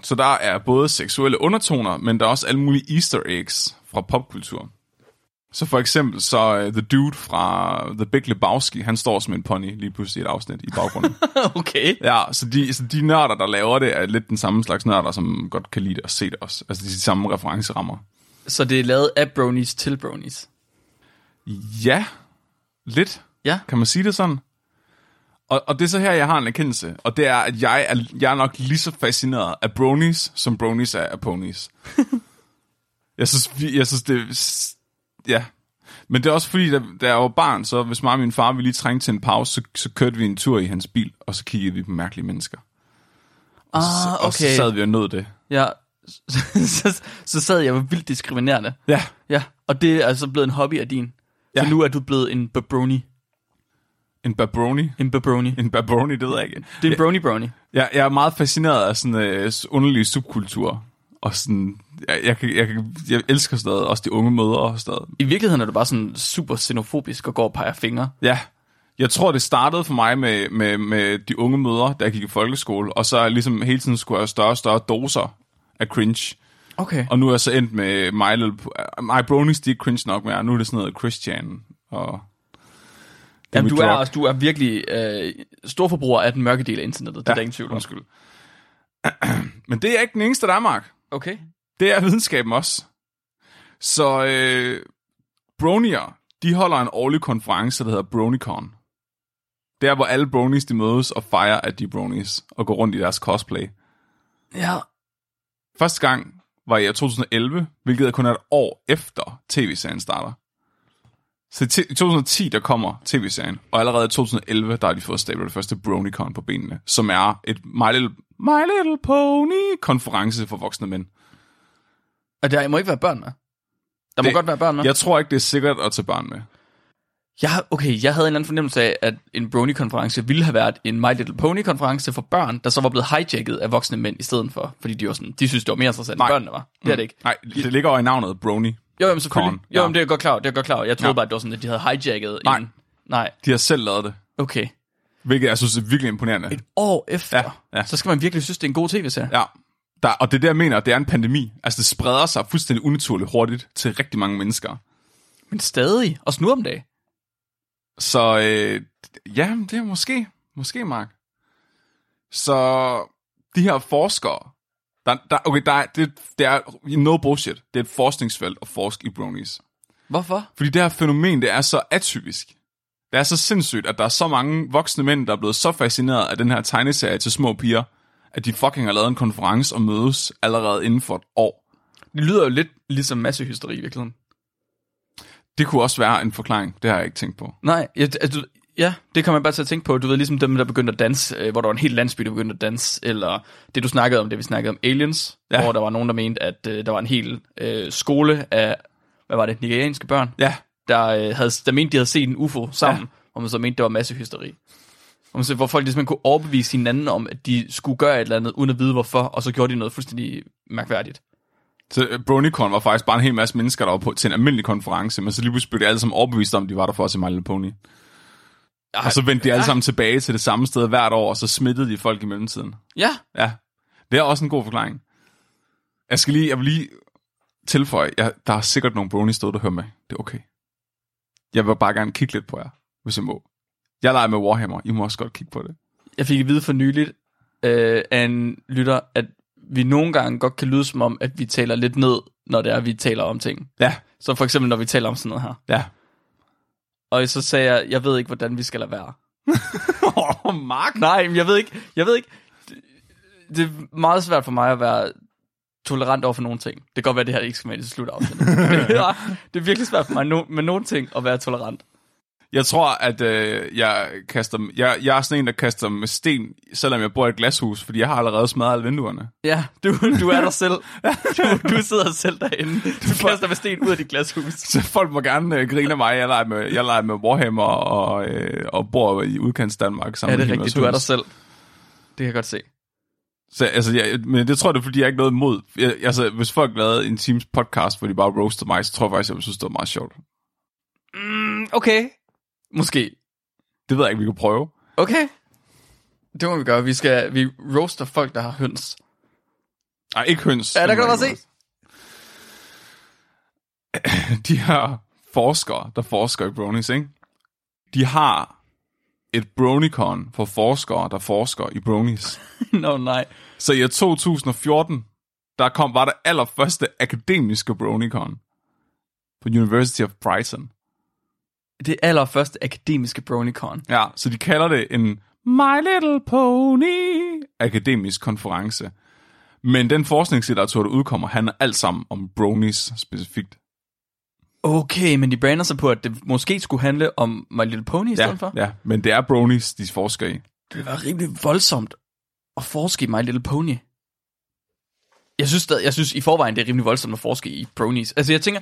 Speaker 1: Så der er både seksuelle undertoner, men der er også alle mulige easter eggs fra popkultur. Så for eksempel så øh, The Dude fra The Big Lebowski, han står som en pony lige pludselig i et afsnit i baggrunden.
Speaker 2: Okay.
Speaker 1: Ja, så de, så de nørder, der laver det, er lidt den samme slags nørder, som godt kan lide det og se det også. Altså de samme referencerammer.
Speaker 2: Så det er lavet af bronies til bronies.
Speaker 1: Ja, lidt.
Speaker 2: Ja.
Speaker 1: Kan man sige det sådan? Og, og det er så her, jeg har en erkendelse, og det er, at jeg er, jeg er nok lige så fascineret af bronies, som bronies er af ponies. jeg, synes, vi- jeg synes, det er s- Ja. Men det er også fordi, da, da jeg var barn, så hvis mig og min far ville lige trænge til en pause, så, så kørte vi en tur i hans bil, og så kiggede vi på mærkelige mennesker.
Speaker 2: Ah,
Speaker 1: Og så sad vi og nød det.
Speaker 2: Ja. Så, så, så sad jeg jo vildt diskriminerende.
Speaker 1: Ja,
Speaker 2: Ja. Og det er altså blevet en hobby af din. Ja. Så
Speaker 1: Ja.
Speaker 2: nu er du blevet en babroni.
Speaker 1: en babroni.
Speaker 2: En babroni.
Speaker 1: En babroni, det ved jeg ikke.
Speaker 2: Det er en brony brony.
Speaker 1: Jeg, jeg er meget fascineret af sådan øh, underlige subkulturer. Og sådan, jeg, jeg, kan- jeg, kan- jeg elsker stadig også de unge mødre stadig.
Speaker 2: I virkeligheden er du bare sådan super xenofobisk og går og peger fingre.
Speaker 1: Ja, jeg tror, det startede for mig med, med, med de unge mødre, da jeg gik i folkeskole. Og så ligesom hele tiden skulle jeg have større og større doser af cringe.
Speaker 2: Okay.
Speaker 1: Og nu er jeg så endt med My, Little, Po- My Bronies, de er ikke cringe nok mere. Nu er det sådan noget Christian og... det
Speaker 2: Jamen,
Speaker 1: mit
Speaker 2: du er,
Speaker 1: drug.
Speaker 2: også, du er virkelig øh, stor forbruger af den mørke del af internettet. Det ja. er der ingen tvivl om.
Speaker 1: Undskyld. Men det er ikke den eneste, der er, Mark.
Speaker 2: Okay.
Speaker 1: Det er videnskaben også. Så øh, bronier, de holder en årlig konference, der hedder Bronicon. Der, hvor alle bronies de mødes og fejrer, at de er bronies, og går rundt i deres cosplay.
Speaker 2: Ja.
Speaker 1: Første gang var i år 2011, hvilket kun er et år efter tv-serien starter. Så i ti- i 2010, der kommer tv-serien, og allerede i 2011, der har de fået stablet det første Bronicon på benene, som er et My Little, My Little Pony-konference for voksne mænd.
Speaker 2: Og der må ikke være børn med. Der må det,
Speaker 1: Det-
Speaker 2: godt være børn med.
Speaker 1: Jeg tror ikke, det er sikkert at tage barn med.
Speaker 2: Jeg, okay, jeg havde en eller anden fornemmelse af, at en brony-konference ville have været en My Little Pony-konference for børn, der så var blevet hijacket af voksne mænd i stedet for. Fordi de var sådan, de synes, det var mere interessant, end
Speaker 1: Nej.
Speaker 2: børnene var. Det er det ikke.
Speaker 1: Mm. Nej, det ligger over i navnet Brony.
Speaker 2: Jo, jamen, selvfølgelig.
Speaker 1: Korn,
Speaker 2: Jo,
Speaker 1: ja.
Speaker 2: jamen, det er jeg godt klar. over, Det er jeg godt klar. over. Jeg troede
Speaker 1: Ja.
Speaker 2: bare, at det var sådan, at de havde hijacket
Speaker 1: Nej.
Speaker 2: en Nej,
Speaker 1: De har selv lavet det,
Speaker 2: okay.
Speaker 1: hvilket jeg synes er virkelig imponerende.
Speaker 2: Et år efter,
Speaker 1: Ja, ja.
Speaker 2: så skal man virkelig synes, det er en god tv-serie.
Speaker 1: Ja. Der, og det er det, jeg mener, det er en pandemi. Altså, det spreder sig fuldstændig unaturligt hurtigt til rigtig mange mennesker.
Speaker 2: Men stadig, også nu om dagen.
Speaker 1: Så øh, ja, det er måske, måske Mark. Så de her forskere, der, der, okay, der, er- det, det er no bullshit. Det er et forskningsfelt at forske i bronies.
Speaker 2: Hvorfor?
Speaker 1: Fordi det her fænomen, det er så atypisk. Det er så sindssygt, at der er så mange voksne mænd, der er blevet så fascineret af den her tegneserie til små piger, at de fucking har lavet en konference og mødes allerede inden for et år.
Speaker 2: Det lyder jo lidt ligesom massehysteri i virkeligheden.
Speaker 1: Det kunne også være en forklaring. Det har jeg ikke tænkt på.
Speaker 2: Nej, jeg, at du, ja, det kan man bare til at tænke på. Du ved, ligesom dem, der begyndte at danse, øh, hvor der var en hel landsby, der begyndte at danse, eller det, du snakkede om, det vi snakkede om Aliens,
Speaker 1: Ja.
Speaker 2: ja. hvor der var nogen, der mente, at øh, der var en hel øh, skole af, hvad var det, nigerianske børn,
Speaker 1: Ja,
Speaker 2: der, øh, havde, der mente, de havde set en UFO sammen, ja. og man så mente, det var massehysteri. Og man så, hvor folk ligesom kunne overbevise hinanden om, at de skulle gøre et eller andet, uden at vide hvorfor, og så gjorde de noget fuldstændig mærkværdigt.
Speaker 1: så øh, BronyCon var faktisk bare en hel masse mennesker, der var på til en almindelig konference, men så lige pludselig blev de alle sammen overbevist om, at de var der for at se My Little Pony.
Speaker 2: Ej,
Speaker 1: Og så vendte de alle
Speaker 2: ja.
Speaker 1: sammen tilbage til det samme sted hvert år, og så smittede de folk i mellemtiden.
Speaker 2: Ja,
Speaker 1: Ja, det er også en god forklaring. Jeg skal lige, jeg vil lige tilføje, jeg, der er sikkert nogle bronies derude, der hører med. Det er okay. Jeg vil bare gerne kigge lidt på jer, hvis jeg må. Jeg leger med Warhammer, I må også godt kigge på det.
Speaker 2: jeg fik at vide for nyligt øh, af en lytter, at vi nogle gange godt kan lyde som om, at vi taler lidt ned, når det er, at vi taler om ting.
Speaker 1: Ja,
Speaker 2: Så for eksempel, når vi taler om sådan noget her.
Speaker 1: ja.
Speaker 2: Og så sagde jeg, jeg ved ikke, hvordan vi skal lade være.
Speaker 1: Åh, oh, Mark!
Speaker 2: Nej, men jeg ved ikke, jeg ved ikke. Det, det er meget svært for mig at være tolerant over for nogle ting. Det kan godt være, det her ikke skal med i det slut Det er virkelig svært for mig no, med nogle ting at være tolerant.
Speaker 1: Jeg tror, at øh, jeg kaster... Jeg, jeg er sådan en, der kaster med sten, selvom jeg bor i et glashus, fordi jeg har allerede smadret alle vinduerne.
Speaker 2: Ja, du, du er dig selv. Du, du sidder selv derinde. Du kaster med sten ud af dit glashus.
Speaker 1: Så folk må gerne øh, grine af mig. Jeg leger med, jeg leger med Warhammer og, øh, og bor i udkants Danmark.
Speaker 2: Ja, det er rigtigt. Du er dig selv. Det kan jeg godt se.
Speaker 1: Så, altså, jeg, men det tror jeg, det er, fordi jeg ikke noget imod. Jeg, altså, hvis folk lavede en Teams podcast, hvor de bare roastede mig, så tror jeg faktisk, jeg ville synes, det var meget sjovt.
Speaker 2: Mm, okay. Måske.
Speaker 1: Det ved jeg ikke, vi kan prøve.
Speaker 2: Okay. Det må vi gøre. Vi skal vi roaster folk, der har høns.
Speaker 1: Nej, ikke høns.
Speaker 2: Ja, der kan du bare
Speaker 1: Ikke høns. De her forskere, der forsker i bronies, ikke? De har et bronicon for forskere, der forsker i bronies.
Speaker 2: Nå no, nej.
Speaker 1: Så i år 2014, der kom, var det allerførste akademiske bronicon på University of Brighton.
Speaker 2: Det allerførste akademiske BronyCon.
Speaker 1: Ja, så de kalder det en My Little Pony akademisk konference. Men den forskningslitteratur, der udkommer, handler alt sammen om bronies specifikt.
Speaker 2: Okay, men de brander sig på, at det måske skulle handle om My Little Pony i stedet
Speaker 1: Ja,
Speaker 2: for.
Speaker 1: ja, men det er bronies, de forsker i.
Speaker 2: Det var rimelig voldsomt at forske i My Little Pony. Jeg synes, stadig, jeg synes i forvejen, det er rimelig voldsomt at forske i bronies. Altså jeg tænker,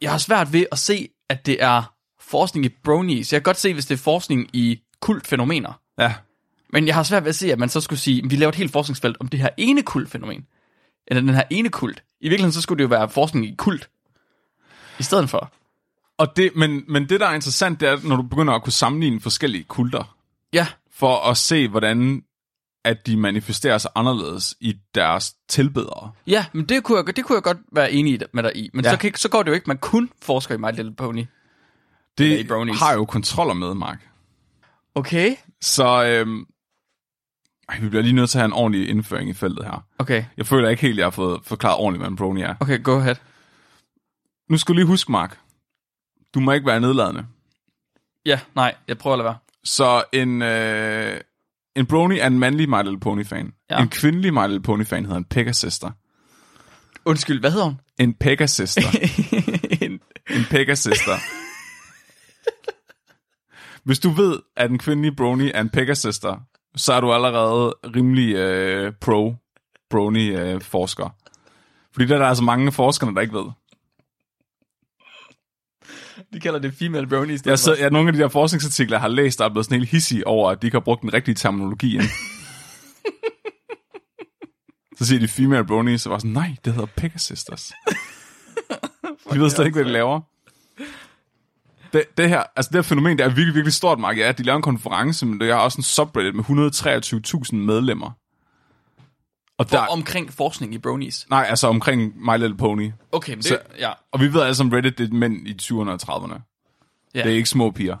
Speaker 2: jeg har svært ved at se, at det er forskning i bronies. Jeg kan godt se, hvis det er forskning i kultfænomener.
Speaker 1: Ja,
Speaker 2: Men jeg har svært ved at se, at man så skulle sige, at vi laver et helt forskningsfelt om det her ene kultfænomen. Eller den her ene kult. I virkeligheden så skulle det jo være forskning i kult. I stedet for.
Speaker 1: og det, men, men det, der er interessant, det er, når du begynder at kunne sammenligne forskellige kulter,
Speaker 2: Ja,
Speaker 1: for at se, hvordan at de manifesterer sig anderledes i deres tilbedere.
Speaker 2: ja men det kunne, jeg, det kunne jeg godt være enig i- med dig i. Men
Speaker 1: Ja.
Speaker 2: ja. så, kan, så går det jo ikke, man kun forsker i My Little Pony. Eller i
Speaker 1: Det
Speaker 2: bronies.
Speaker 1: har jo kontroller med, Mark.
Speaker 2: Okay.
Speaker 1: Så øhm, ej, vi bliver lige nødt til at have en ordentlig indføring i feltet her.
Speaker 2: Okay,
Speaker 1: Jeg føler ikke helt, jeg har fået forklaret ordentligt, hvad en brony er.
Speaker 2: okay, go ahead.
Speaker 1: Nu skal du lige huske, Mark. Du må ikke være nedladende.
Speaker 2: Ja, nej, jeg prøver at lade være.
Speaker 1: Så en, øh, en brony er en mandlig My Little Pony-fan. Ja.
Speaker 2: Ja.
Speaker 1: En kvindelig My Little Pony-fan hedder en pegasister.
Speaker 2: Undskyld, hvad hedder hun?
Speaker 1: En pegasister.
Speaker 2: en,
Speaker 1: en pegasister. Hvis du ved, at en kvindelig brony er en pegasister, så er du allerede rimelig øh, pro-brony-forsker. Fordi der er der altså mange forskere, der ikke ved.
Speaker 2: de kalder det female brony i stedet
Speaker 1: Jeg så, ja, nogle af de der forskningsartikler, jeg har læst, der er blevet sådan helt hissig over, at de ikke har brugt den rigtige terminologi. Ikke? så siger de female bronies, så var jeg sådan, nej, det hedder Pegasisters. de ved slet ikke, hvad de laver. det, det her, altså det her fænomen, der er virkelig, virkelig stort marked, er, at de laver en konference, men der er også en subreddit med 123.000 medlemmer. Og
Speaker 2: For,
Speaker 1: der, om...
Speaker 2: omkring forskning i bronies.
Speaker 1: nej, altså omkring My Little Pony.
Speaker 2: Okay, men det,
Speaker 1: Så-
Speaker 2: ja,
Speaker 1: Og vi ved alle sammen, Reddit det er mænd i 20'erne og 30'erne.
Speaker 2: Ja.
Speaker 1: Det er ikke små piger.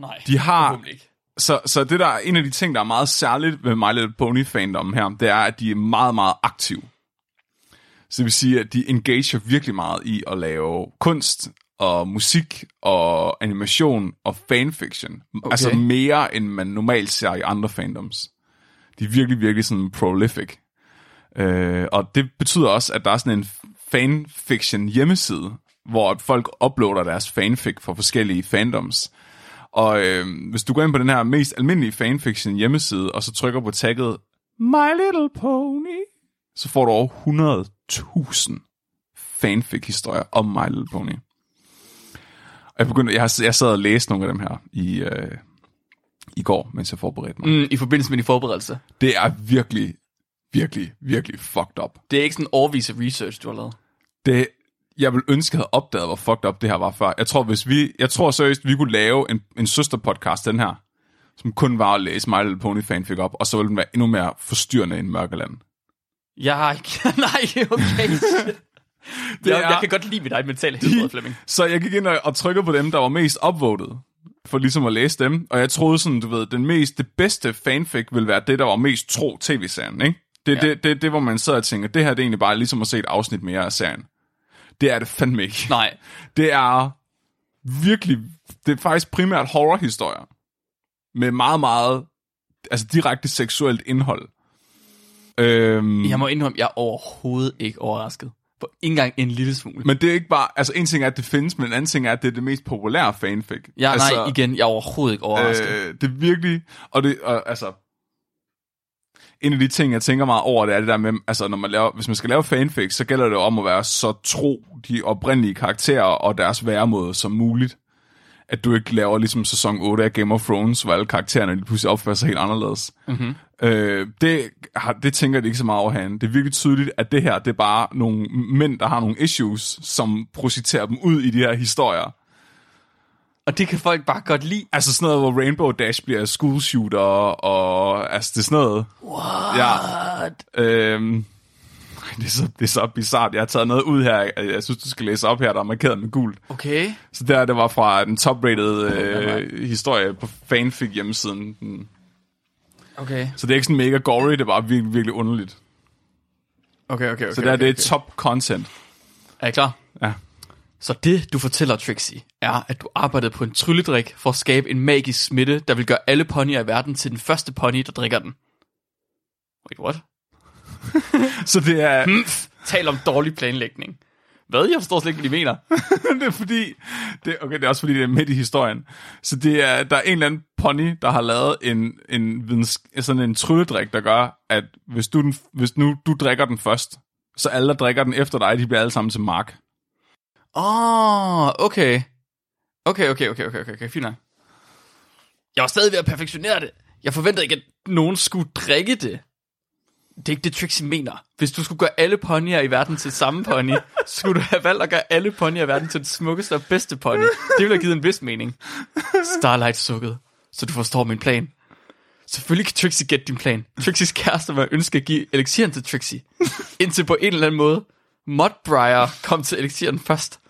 Speaker 2: nej.
Speaker 1: De har-
Speaker 2: forhåbentlig ikke.
Speaker 1: Så, så det der er en af de ting, der er meget særligt ved My Little Pony fandom her, det er, at de er meget, meget aktive. Så det vil sige, at de engager virkelig meget i at lave kunst og musik og animation og fanfiction. Okay. Altså mere, end man normalt ser i andre fandoms. De er virkelig, virkelig sådan prolific. Øh, og det betyder også, at der er sådan en fanfiction hjemmeside, hvor at folk uploader deres fanfic fra forskellige fandoms. Og øh, hvis du går ind på den her mest almindelige fanfiction hjemmeside, og så trykker på tagget My Little Pony, så får du over 100.000 fanfic-historier om My Little Pony. Og jeg, begyndte, jeg, har- jeg sad og læste nogle af dem her i, øh, i går, mens jeg forberedte mig. Mm.
Speaker 2: Mm, I forbindelse med de forberedelser.
Speaker 1: Det er virkelig, virkelig, virkelig fucked up.
Speaker 2: Det er ikke sådan en overvis af research, du har lavet.
Speaker 1: det, jeg vil ønske, jeg havde opdaget, hvor fucked up det her var før. Jeg tror, hvis vi, jeg tror seriøst, vi kunne lave en, en søsterpodcast, den her, som kun var at læse My Little Pony fanfic op, og så ville den være endnu mere forstyrrende end Mørkeland.
Speaker 2: Jeg har ikke... nej, okay. det er, jeg, jeg
Speaker 1: er-
Speaker 2: kan godt lide ved dig mentale helbred, Flemming.
Speaker 1: Så jeg gik ind og, og trykkede på dem, der var mest upvoted, for ligesom at læse dem. Og jeg troede sådan, du ved, den mest, det bedste fanfic ville være det, der var mest tro tv-serien, ikke? Det er
Speaker 2: Ja.
Speaker 1: ja. det, det, det, hvor man sidder og tænker, det her det er egentlig bare ligesom at se et afsnit mere af serien. Det er det fandme ikke.
Speaker 2: Nej,
Speaker 1: Det er virkelig, det er faktisk primært horrorhistorier. Med meget, meget, altså direkte seksuelt indhold. Øhm,
Speaker 2: jeg må indrømme, jeg er overhovedet ikke overrasket. På ikke engang en lille smule.
Speaker 1: Men det er ikke bare, altså en ting er, at det findes, men en anden ting er, at det er det mest populære fanfic.
Speaker 2: Ja, altså,
Speaker 1: altså,
Speaker 2: nej, igen, jeg er overhovedet ikke overrasket. Øh,
Speaker 1: Øh, det er virkelig, og det, og, altså, en af de ting, jeg tænker meget over, det er det der med, altså når man laver, hvis man skal lave fanfic, så gælder det jo om at være så tro de oprindelige karakterer og deres væremåde som muligt. At du ikke laver ligesom sæson 8 af Game of Thrones, hvor alle karaktererne lige pludselig opfører sig helt anderledes. Mm-hmm. Øh, det, har, det tænker de ikke så meget over herinde. Det er virkelig tydeligt, at det her, det er bare nogle mænd, der har nogle issues, som projiciterer dem ud i de her historier.
Speaker 2: og det kan folk bare godt lide.
Speaker 1: Altså sådan noget, hvor Rainbow Dash bliver school shooter, og altså det er sådan noget. What? Ja. Øhm, det, er så, det er så bizart. Jeg har taget noget ud her, jeg jeg synes, du skal læse op her, der er markeret med gult.
Speaker 2: Okay.
Speaker 1: Så der, det var fra den top-rated øh, historie på fanfic hjemmesiden. Den-
Speaker 2: Okay.
Speaker 1: Så det er ikke sådan mega gory, det var virkelig, virkelig underligt. Så
Speaker 2: Okay, okay,
Speaker 1: der
Speaker 2: okay. okay,
Speaker 1: det er
Speaker 2: okay.
Speaker 1: top content.
Speaker 2: Er I klar?
Speaker 1: Ja.
Speaker 2: Så det, du fortæller Trixie, er, at du arbejdede på en trylledrik for at skabe en magisk smitte, der vil gøre alle ponyer i verden til den første pony, der drikker den. Wait, what?
Speaker 1: Så det er,
Speaker 2: Pff, tal om dårlig planlægning. Hvad? Jeg forstår slet ikke, hvad de mener.
Speaker 1: det er fordi, det, okay, det er også fordi, det er midt i historien. Så det er, der er en eller anden pony, der har lavet en, en videns, sådan en trylledrik, der gør, at hvis, du den, hvis nu du drikker den først, så alle, der drikker den efter dig, de bliver alle sammen til mark.
Speaker 2: Åh, oh, okay. Okay, okay, okay, okay, okay, okay, fint nok. Jeg var stadig ved at perfektionere det. Jeg forventede ikke, at nogen skulle drikke det. Det er ikke det, Trixie mener. Hvis du skulle gøre alle ponyer i verden til samme pony, så skulle du have valgt at gøre alle ponyer i verden til den smukkeste og bedste pony. Det ville have givet en vis mening. Starlight sukkede, så du forstår min plan. Selvfølgelig kan Trixie gætte din plan. Trixies kæreste var ønske at give elixiren til Trixie. Indtil på en eller anden måde, Mudbriar kom til elixiren først.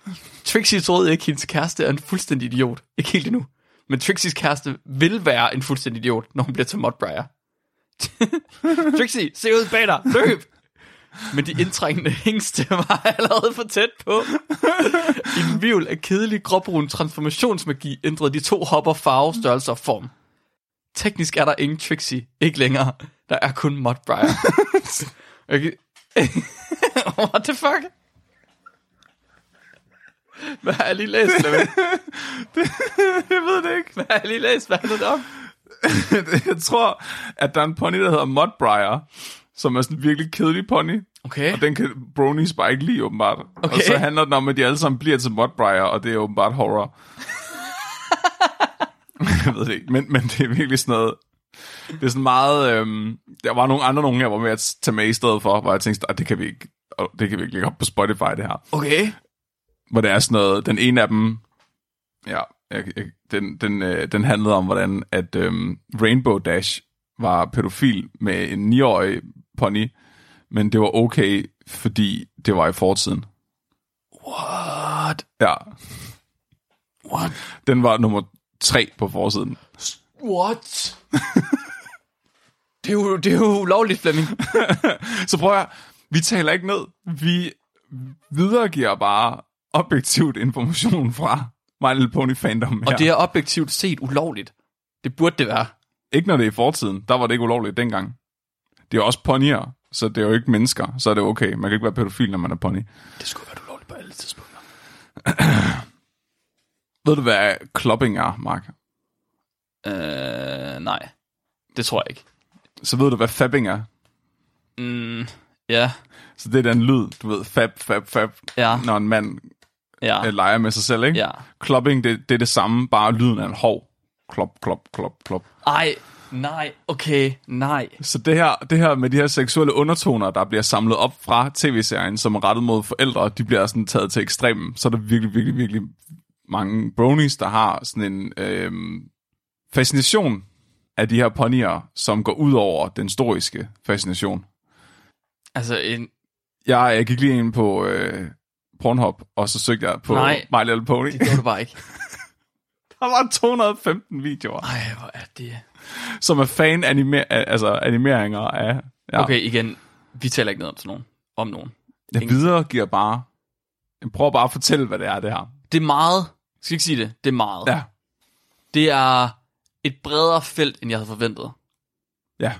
Speaker 2: Trixie troede ikke, at hendes kæreste er en fuldstændig idiot. Ikke helt endnu. Men Trixies kæreste vil være en fuldstændig idiot, når hun bliver til Mudbriar. Trixie, se ud bag dig. Løb! Men de indtrængende hængste var allerede for tæt på. I en vivl af kedelig gråbrun transformationsmagi ændrede de to hopper farve, størrelse og form. Teknisk er der ingen Trixie. Ikke længere. Der er kun Mudbriar. Okay. What the fuck? Hvad har jeg lige læst, Flemming?
Speaker 1: Jeg ved det ikke.
Speaker 2: Hvad har jeg lige læst? Hvad handler det om?
Speaker 1: jeg tror, at der er en pony, der hedder Mudbriar, som er sådan en virkelig kedelig pony.
Speaker 2: Okay.
Speaker 1: Og den kan bronies bare ikke lide, åbenbart.
Speaker 2: Okay.
Speaker 1: Og så handler den om, at de alle sammen bliver til Mudbriar, og det er åbenbart horror. jeg ved det ikke, men, men det er virkelig sådan noget... Det er sådan meget... Øhm, der var nogle andre nogen her, hvor jeg tage med i stedet for, hvor jeg tænkte, at det kan vi ikke og det kan vi ikke lægge op på Spotify, det her.
Speaker 2: Okay.
Speaker 1: Hvor det er sådan noget, den ene af dem, ja, jeg, jeg, den, den, øh, den handlede om, hvordan at øhm, Rainbow Dash var pædofil med en 9-årig pony, men det var okay, fordi det var i fortiden.
Speaker 2: What?
Speaker 1: Ja,
Speaker 2: What?
Speaker 1: den var nummer 3 på forsiden.
Speaker 2: What? det, er jo, det er jo ulovligt, Flemming.
Speaker 1: Så prøv at høre, vi taler ikke ned. Vi videregiver bare objektivt information fra My Little Pony fandom her.
Speaker 2: Og det er objektivt set ulovligt. Det burde det være.
Speaker 1: Ikke når det er i fortiden. Der var det ikke ulovligt dengang. Det er jo også ponyer, så det er jo ikke mennesker. Så er det okay. Man kan ikke være pædofil, når man er pony.
Speaker 2: Det skulle være ulovligt på alle tidspunkter.
Speaker 1: Ved du, hvad klopping er, Mark?
Speaker 2: Øh, nej. Det tror jeg ikke.
Speaker 1: Så ved du, hvad fabbing er?
Speaker 2: Mm, ja,
Speaker 1: Så det er den lyd, du ved, fab, fab, fab,
Speaker 2: Ja.
Speaker 1: når en mand
Speaker 2: ja,
Speaker 1: øh, leger med sig selv, ikke?
Speaker 2: ja.
Speaker 1: Klopping, det, det er det samme, bare lyden af en hov. Klop, klop, klop, klop.
Speaker 2: Ej, nej, okay, nej.
Speaker 1: Så det her, det her med de her seksuelle undertoner, der bliver samlet op fra tv-serien, som er rettet mod forældre, de bliver sådan taget til ekstremen. Så er der virkelig, virkelig, virkelig mange bronies, der har sådan en øh, fascination af de her ponyer, som går ud over den historiske fascination.
Speaker 2: Altså, en,
Speaker 1: Jeg, jeg gik lige ind på øh, Pornhub, og så søgte jeg på
Speaker 2: Nej.
Speaker 1: My Little Pony.
Speaker 2: det gjorde du bare ikke.
Speaker 1: Der var 215 videoer,
Speaker 2: Ej, hvor er det...
Speaker 1: som er fan altså animeringer af... Ja.
Speaker 2: Okay, igen, vi taler ikke noget om sådan nogen. Om nogen.
Speaker 1: Jeg videregiver bare... Jeg prøver bare at fortælle, hvad det er, det her.
Speaker 2: Det er meget, skal ikke sige det, det er meget.
Speaker 1: Ja,
Speaker 2: Det er et bredere felt, end jeg havde forventet.
Speaker 1: ja.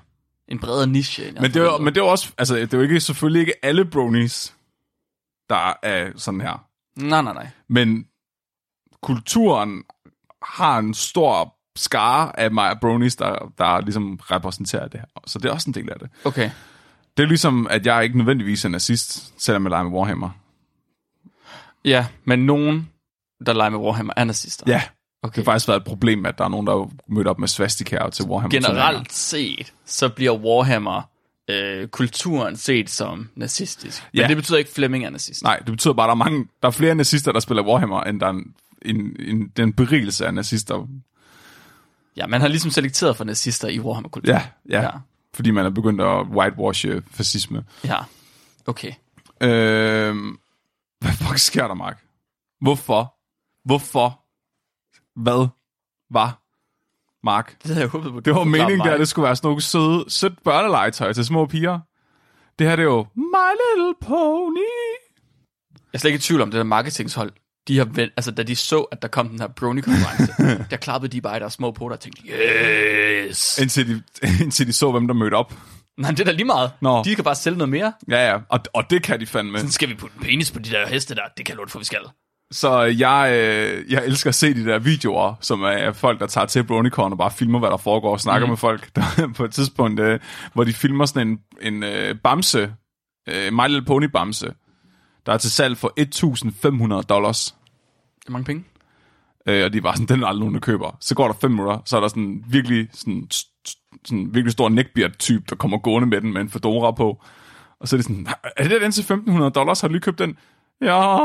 Speaker 2: En bredere niche, end jeg
Speaker 1: Men det,
Speaker 2: havde
Speaker 1: var,
Speaker 2: forventet.
Speaker 1: men det var også... Altså, det er jo ikke, selvfølgelig ikke alle bronies, der er sådan her.
Speaker 2: Nej, nej, nej.
Speaker 1: Men kulturen har en stor skare af mig bronies, der, der ligesom repræsenterer det her. Så det er også en del af det.
Speaker 2: Okay.
Speaker 1: Det er ligesom, at jeg ikke nødvendigvis er nazist, selvom jeg leger med Warhammer.
Speaker 2: Ja, men nogen, der leger med Warhammer, er nazister.
Speaker 1: Ja,
Speaker 2: okay.
Speaker 1: det har faktisk været et problem, at der er nogen, der er mødt op med svastikaer til Warhammer.
Speaker 2: Generelt set, så bliver Warhammer øh, kulturen set som nazistisk. Men
Speaker 1: Ja.
Speaker 2: det betyder ikke, at Flemming er nazist.
Speaker 1: Nej, det betyder bare, at der er, mange, der er flere nazister, der spiller Warhammer, end der er en, en, en, den berigelse af nazister.
Speaker 2: Ja, man har ligesom selekteret for nazister i Warhammer-kulturen.
Speaker 1: Ja, ja,
Speaker 2: Ja.
Speaker 1: ja. Fordi man er begyndt at whitewashe fascisme.
Speaker 2: ja. Okay.
Speaker 1: Øhm, hvad fuck sker der, Mark? Hvorfor? Hvorfor? Hvad? Var? Mark?
Speaker 2: Det havde jeg håbet på.
Speaker 1: Det var meningen, der, at det skulle være sådan nogle søde, sødt børnelegetøj til små piger. Det her, det er jo My Little Pony.
Speaker 2: Jeg er slet ikke i tvivl om det der marketingshold. De har vel, altså, da de så, at der kom den her brony-konference, der klappede de bare i deres små poter og tænkte, yes!
Speaker 1: Indtil de, indtil de så, hvem der mødte op.
Speaker 2: Nej, det er da lige meget.
Speaker 1: Nå.
Speaker 2: De kan bare sælge noget mere.
Speaker 1: Ja, ja, og, og det kan de fandme.
Speaker 2: Så skal vi putte en penis på de der heste der. Det kan jeg lort for, vi skal.
Speaker 1: Så jeg, øh, jeg elsker at se de der videoer, som er af folk, der tager til BronyCon og bare filmer, hvad der foregår, og snakker mm. med folk. Der, er på et tidspunkt, øh, hvor de filmer sådan en, en øh, bamse, øh, My Little Pony bamse, der er til salg for 1.500 dollars.
Speaker 2: Det er mange penge.
Speaker 1: Øh, og de var sådan, den er der aldrig nogen, der køber. Så går der fem minutter, så er der sådan en virkelig, sådan, sådan virkelig stor neckbeard-type, der kommer gående med den med en fedora på. Og så er det sådan, er det der den til 1.500 dollars? Har du lige købt den? Ja,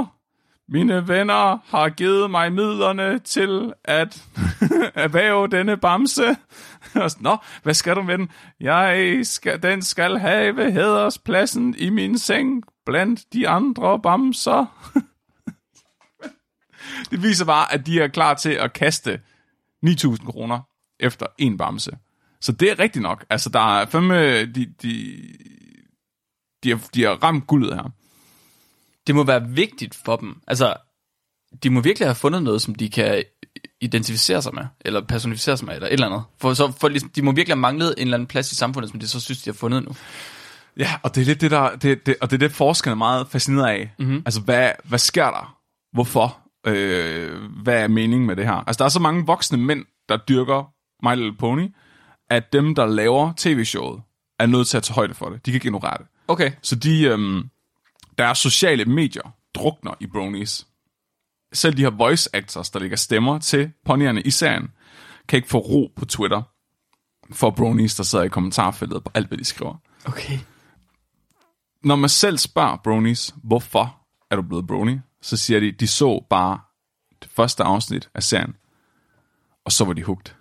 Speaker 1: mine venner har givet mig midlerne til at erhverve denne bamse. Og sådan, Nå, hvad skal du med den? Jeg skal, den skal have hæderspladsen i min seng blandt de andre bamser. Det viser bare, at de er klar til at kaste 9.000 kroner efter en bamse. Så det er rigtigt nok. Altså, der er fandme... De, de, de, har, de har ramt guldet her.
Speaker 2: det må være vigtigt for dem. Altså, de må virkelig have fundet noget, som de kan identificere sig med, eller personificere sig med, eller et eller andet. For, så, for ligesom, de må virkelig have manglet en eller anden plads i samfundet, som de så synes, de har fundet nu.
Speaker 1: Ja, og det er lidt det, der... Det, det, og det er det, forskerne er meget fascineret af. Mm-hmm. Altså, hvad, hvad sker der? Hvorfor? Øh, hvad er meningen med det her? Altså, der er så mange voksne mænd, der dyrker My Little Pony, at dem, der laver tv-showet, er nødt til at tage højde for det. De kan ikke ignorere det.
Speaker 2: Okay.
Speaker 1: Så de, øhm, deres sociale medier drukner i bronies. Selv de her voice actors, der lægger stemmer til ponyerne i serien, kan ikke få ro på Twitter for bronies, der sidder i kommentarfeltet på alt, hvad de skriver.
Speaker 2: Okay.
Speaker 1: Når man selv spørger bronies, hvorfor er du blevet brony, så siger de, de så bare det første afsnit af serien, og så var de hugt.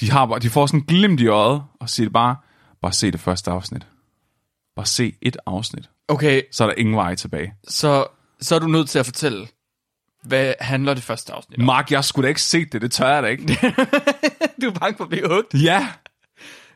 Speaker 1: De, har bare, de får sådan en glimt i øjet, og siger det bare, bare se det første afsnit. Bare se et afsnit.
Speaker 2: Okay,
Speaker 1: Så er der ingen vej tilbage.
Speaker 2: så, så er du nødt til at fortælle, hvad handler det første afsnit om?
Speaker 1: Mark, jeg skulle da ikke se det, det tør jeg da ikke.
Speaker 2: Du er bange for at blive hugt.
Speaker 1: ja,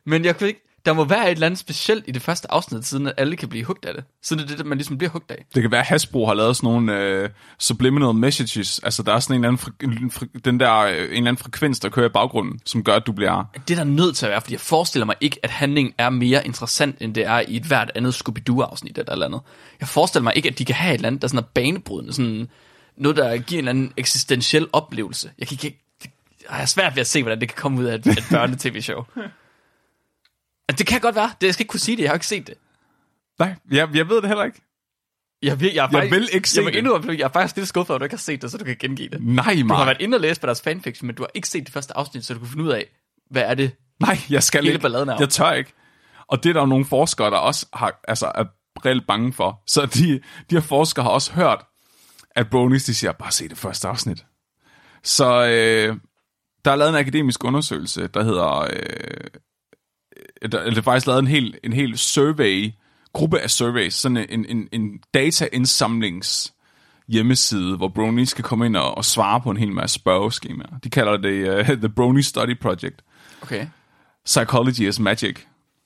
Speaker 2: Men jeg kunne ikke... Der må være et eller andet specielt i det første afsnit, siden at alle kan blive hugt af det. Siden det er det, man ligesom bliver hugt af.
Speaker 1: det kan være, at Hasbro har lavet sådan nogle øh, subliminal messages. Altså, der er sådan en eller anden, fre- den der, øh, en eller anden frekvens, der kører i baggrunden, som gør, at du bliver...
Speaker 2: Det er der nødt til at være, fordi jeg forestiller mig ikke, at handlingen er mere interessant, end det er i et hvert andet Scooby-Doo-afsnit eller et eller andet. Jeg forestiller mig ikke, at de kan have et eller andet, der sådan er banebrydende, sådan noget, der giver en eller anden eksistentiel oplevelse. Jeg kan ikke... det- Jeg har svært ved at se, hvordan det kan komme ud af et, et børne-tv-show. Altså, det kan godt være. Det, jeg skal ikke kunne sige det. Jeg har ikke set det.
Speaker 1: Nej, jeg, jeg ved det heller ikke.
Speaker 2: Jeg, vil, jeg, er
Speaker 1: Jeg
Speaker 2: faktisk,
Speaker 1: vil ikke se
Speaker 2: jeg må
Speaker 1: det.
Speaker 2: indrømme, jeg er faktisk lidt skuffet, over, at du ikke har set det, så du kan gengive det.
Speaker 1: Nej, Mark.
Speaker 2: Du har været inde og læse på deres fanfiction, men du har ikke set det første afsnit, så du kan finde ud af, hvad er det?
Speaker 1: Nej, jeg skal
Speaker 2: Hele
Speaker 1: ikke.
Speaker 2: balladen er om.
Speaker 1: Jeg tør ikke. Og det er der jo nogle forskere, der også har, altså, er reelt bange for. Så de, de her forskere har også hørt, at bronies, de siger, bare se det første afsnit. Så øh, der er lavet en akademisk undersøgelse, der hedder... Øh, der, eller der er faktisk lavet en hel, en hel survey, gruppe af surveys, sådan en, en, en dataindsamlings hjemmeside, hvor bronies skal komme ind og, og svare på en hel masse spørgeskemaer. De kalder det uh, The Brony Study Project.
Speaker 2: Okay.
Speaker 1: Psychology is Magic,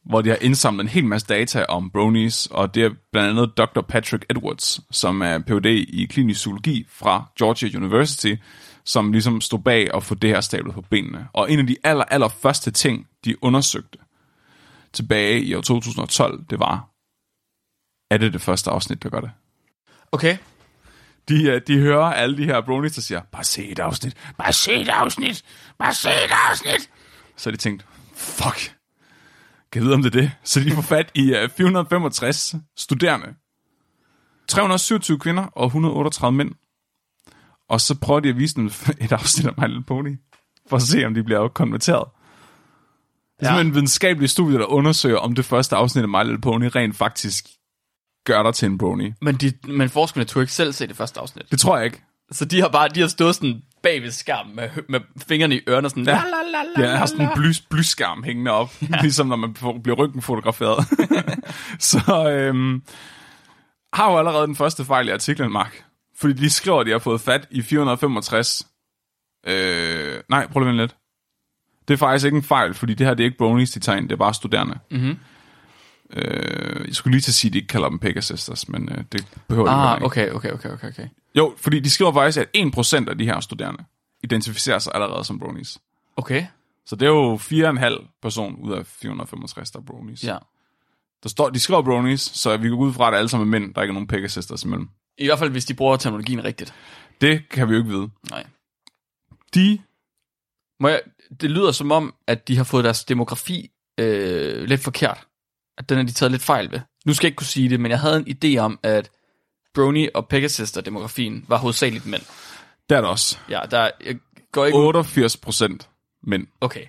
Speaker 1: hvor de har indsamlet en hel masse data om bronies, og det er blandt andet Dr. Patrick Edwards, som er Ph.D. i klinisk psykologi fra Georgia University, som ligesom stod bag at få det her stablet på benene. Og en af de aller, aller første ting, de undersøgte tilbage i år 2012, det var, er det det første afsnit, der gør det?
Speaker 2: Okay.
Speaker 1: De, øh, de hører alle de her bronies, der siger, bare se et afsnit, bare se et afsnit, bare se et afsnit. Så har de tænkt, fuck, kan jeg vide, om det er det? Så de får fat i øh, 465 studerende, 327 kvinder og 138 mænd. Og så prøver de at vise dem et afsnit af My Little Pony, for at se, om de bliver konverteret. Det er
Speaker 2: Ja.
Speaker 1: ja. en videnskabelig studie, der undersøger, om det første afsnit af My Little Pony rent faktisk gør dig til en brony.
Speaker 2: Men, de, men forskerne tog ikke selv se det første afsnit.
Speaker 1: Det tror jeg ikke.
Speaker 2: Så de har bare de har stået sådan bag ved skærmen med, med fingrene i ørerne sådan. Ja. La, la, la,
Speaker 1: Ja, jeg har
Speaker 2: la,
Speaker 1: sådan en
Speaker 2: la.
Speaker 1: blys, blysskærm hængende op, ja. ligesom når man får- bliver ryggen fotograferet. så øhm, har jo allerede den første fejl i artiklen, Mark. Fordi de skriver, at de har fået fat i 465. Øh, nej, prøv lige at vente lidt. Det er faktisk ikke en fejl, fordi det her det er ikke bronies, de tager ind, det er bare studerende. Mm-hmm. Øh, jeg skulle lige til at sige, at de ikke kalder dem Pegasisters, men øh, det behøver de heller
Speaker 2: Ah,
Speaker 1: ikke.
Speaker 2: okay, okay, okay, okay, okay.
Speaker 1: Jo, fordi de skriver faktisk, at 1% af de her studerende identificerer sig allerede som bronies.
Speaker 2: Okay,
Speaker 1: Så det er jo 4,5 person ud af 465, der er bronies.
Speaker 2: ja.
Speaker 1: Der står, de skriver bronies, så vi går ud fra, at alle sammen er mænd, der ikke er nogen pegasisters imellem.
Speaker 2: I hvert fald, hvis de bruger terminologien rigtigt.
Speaker 1: Det kan vi jo ikke vide.
Speaker 2: Nej.
Speaker 1: De,
Speaker 2: Må jeg, det lyder som om, at de har fået deres demografi øh, lidt forkert. At den er de taget lidt fejl ved. Nu skal jeg ikke kunne sige det, men jeg havde en idé om, at Brony og Pegasister-demografien var hovedsageligt mænd.
Speaker 1: der er der også.
Speaker 2: Ja, der jeg går ikke
Speaker 1: 88 procent mænd.
Speaker 2: Okay.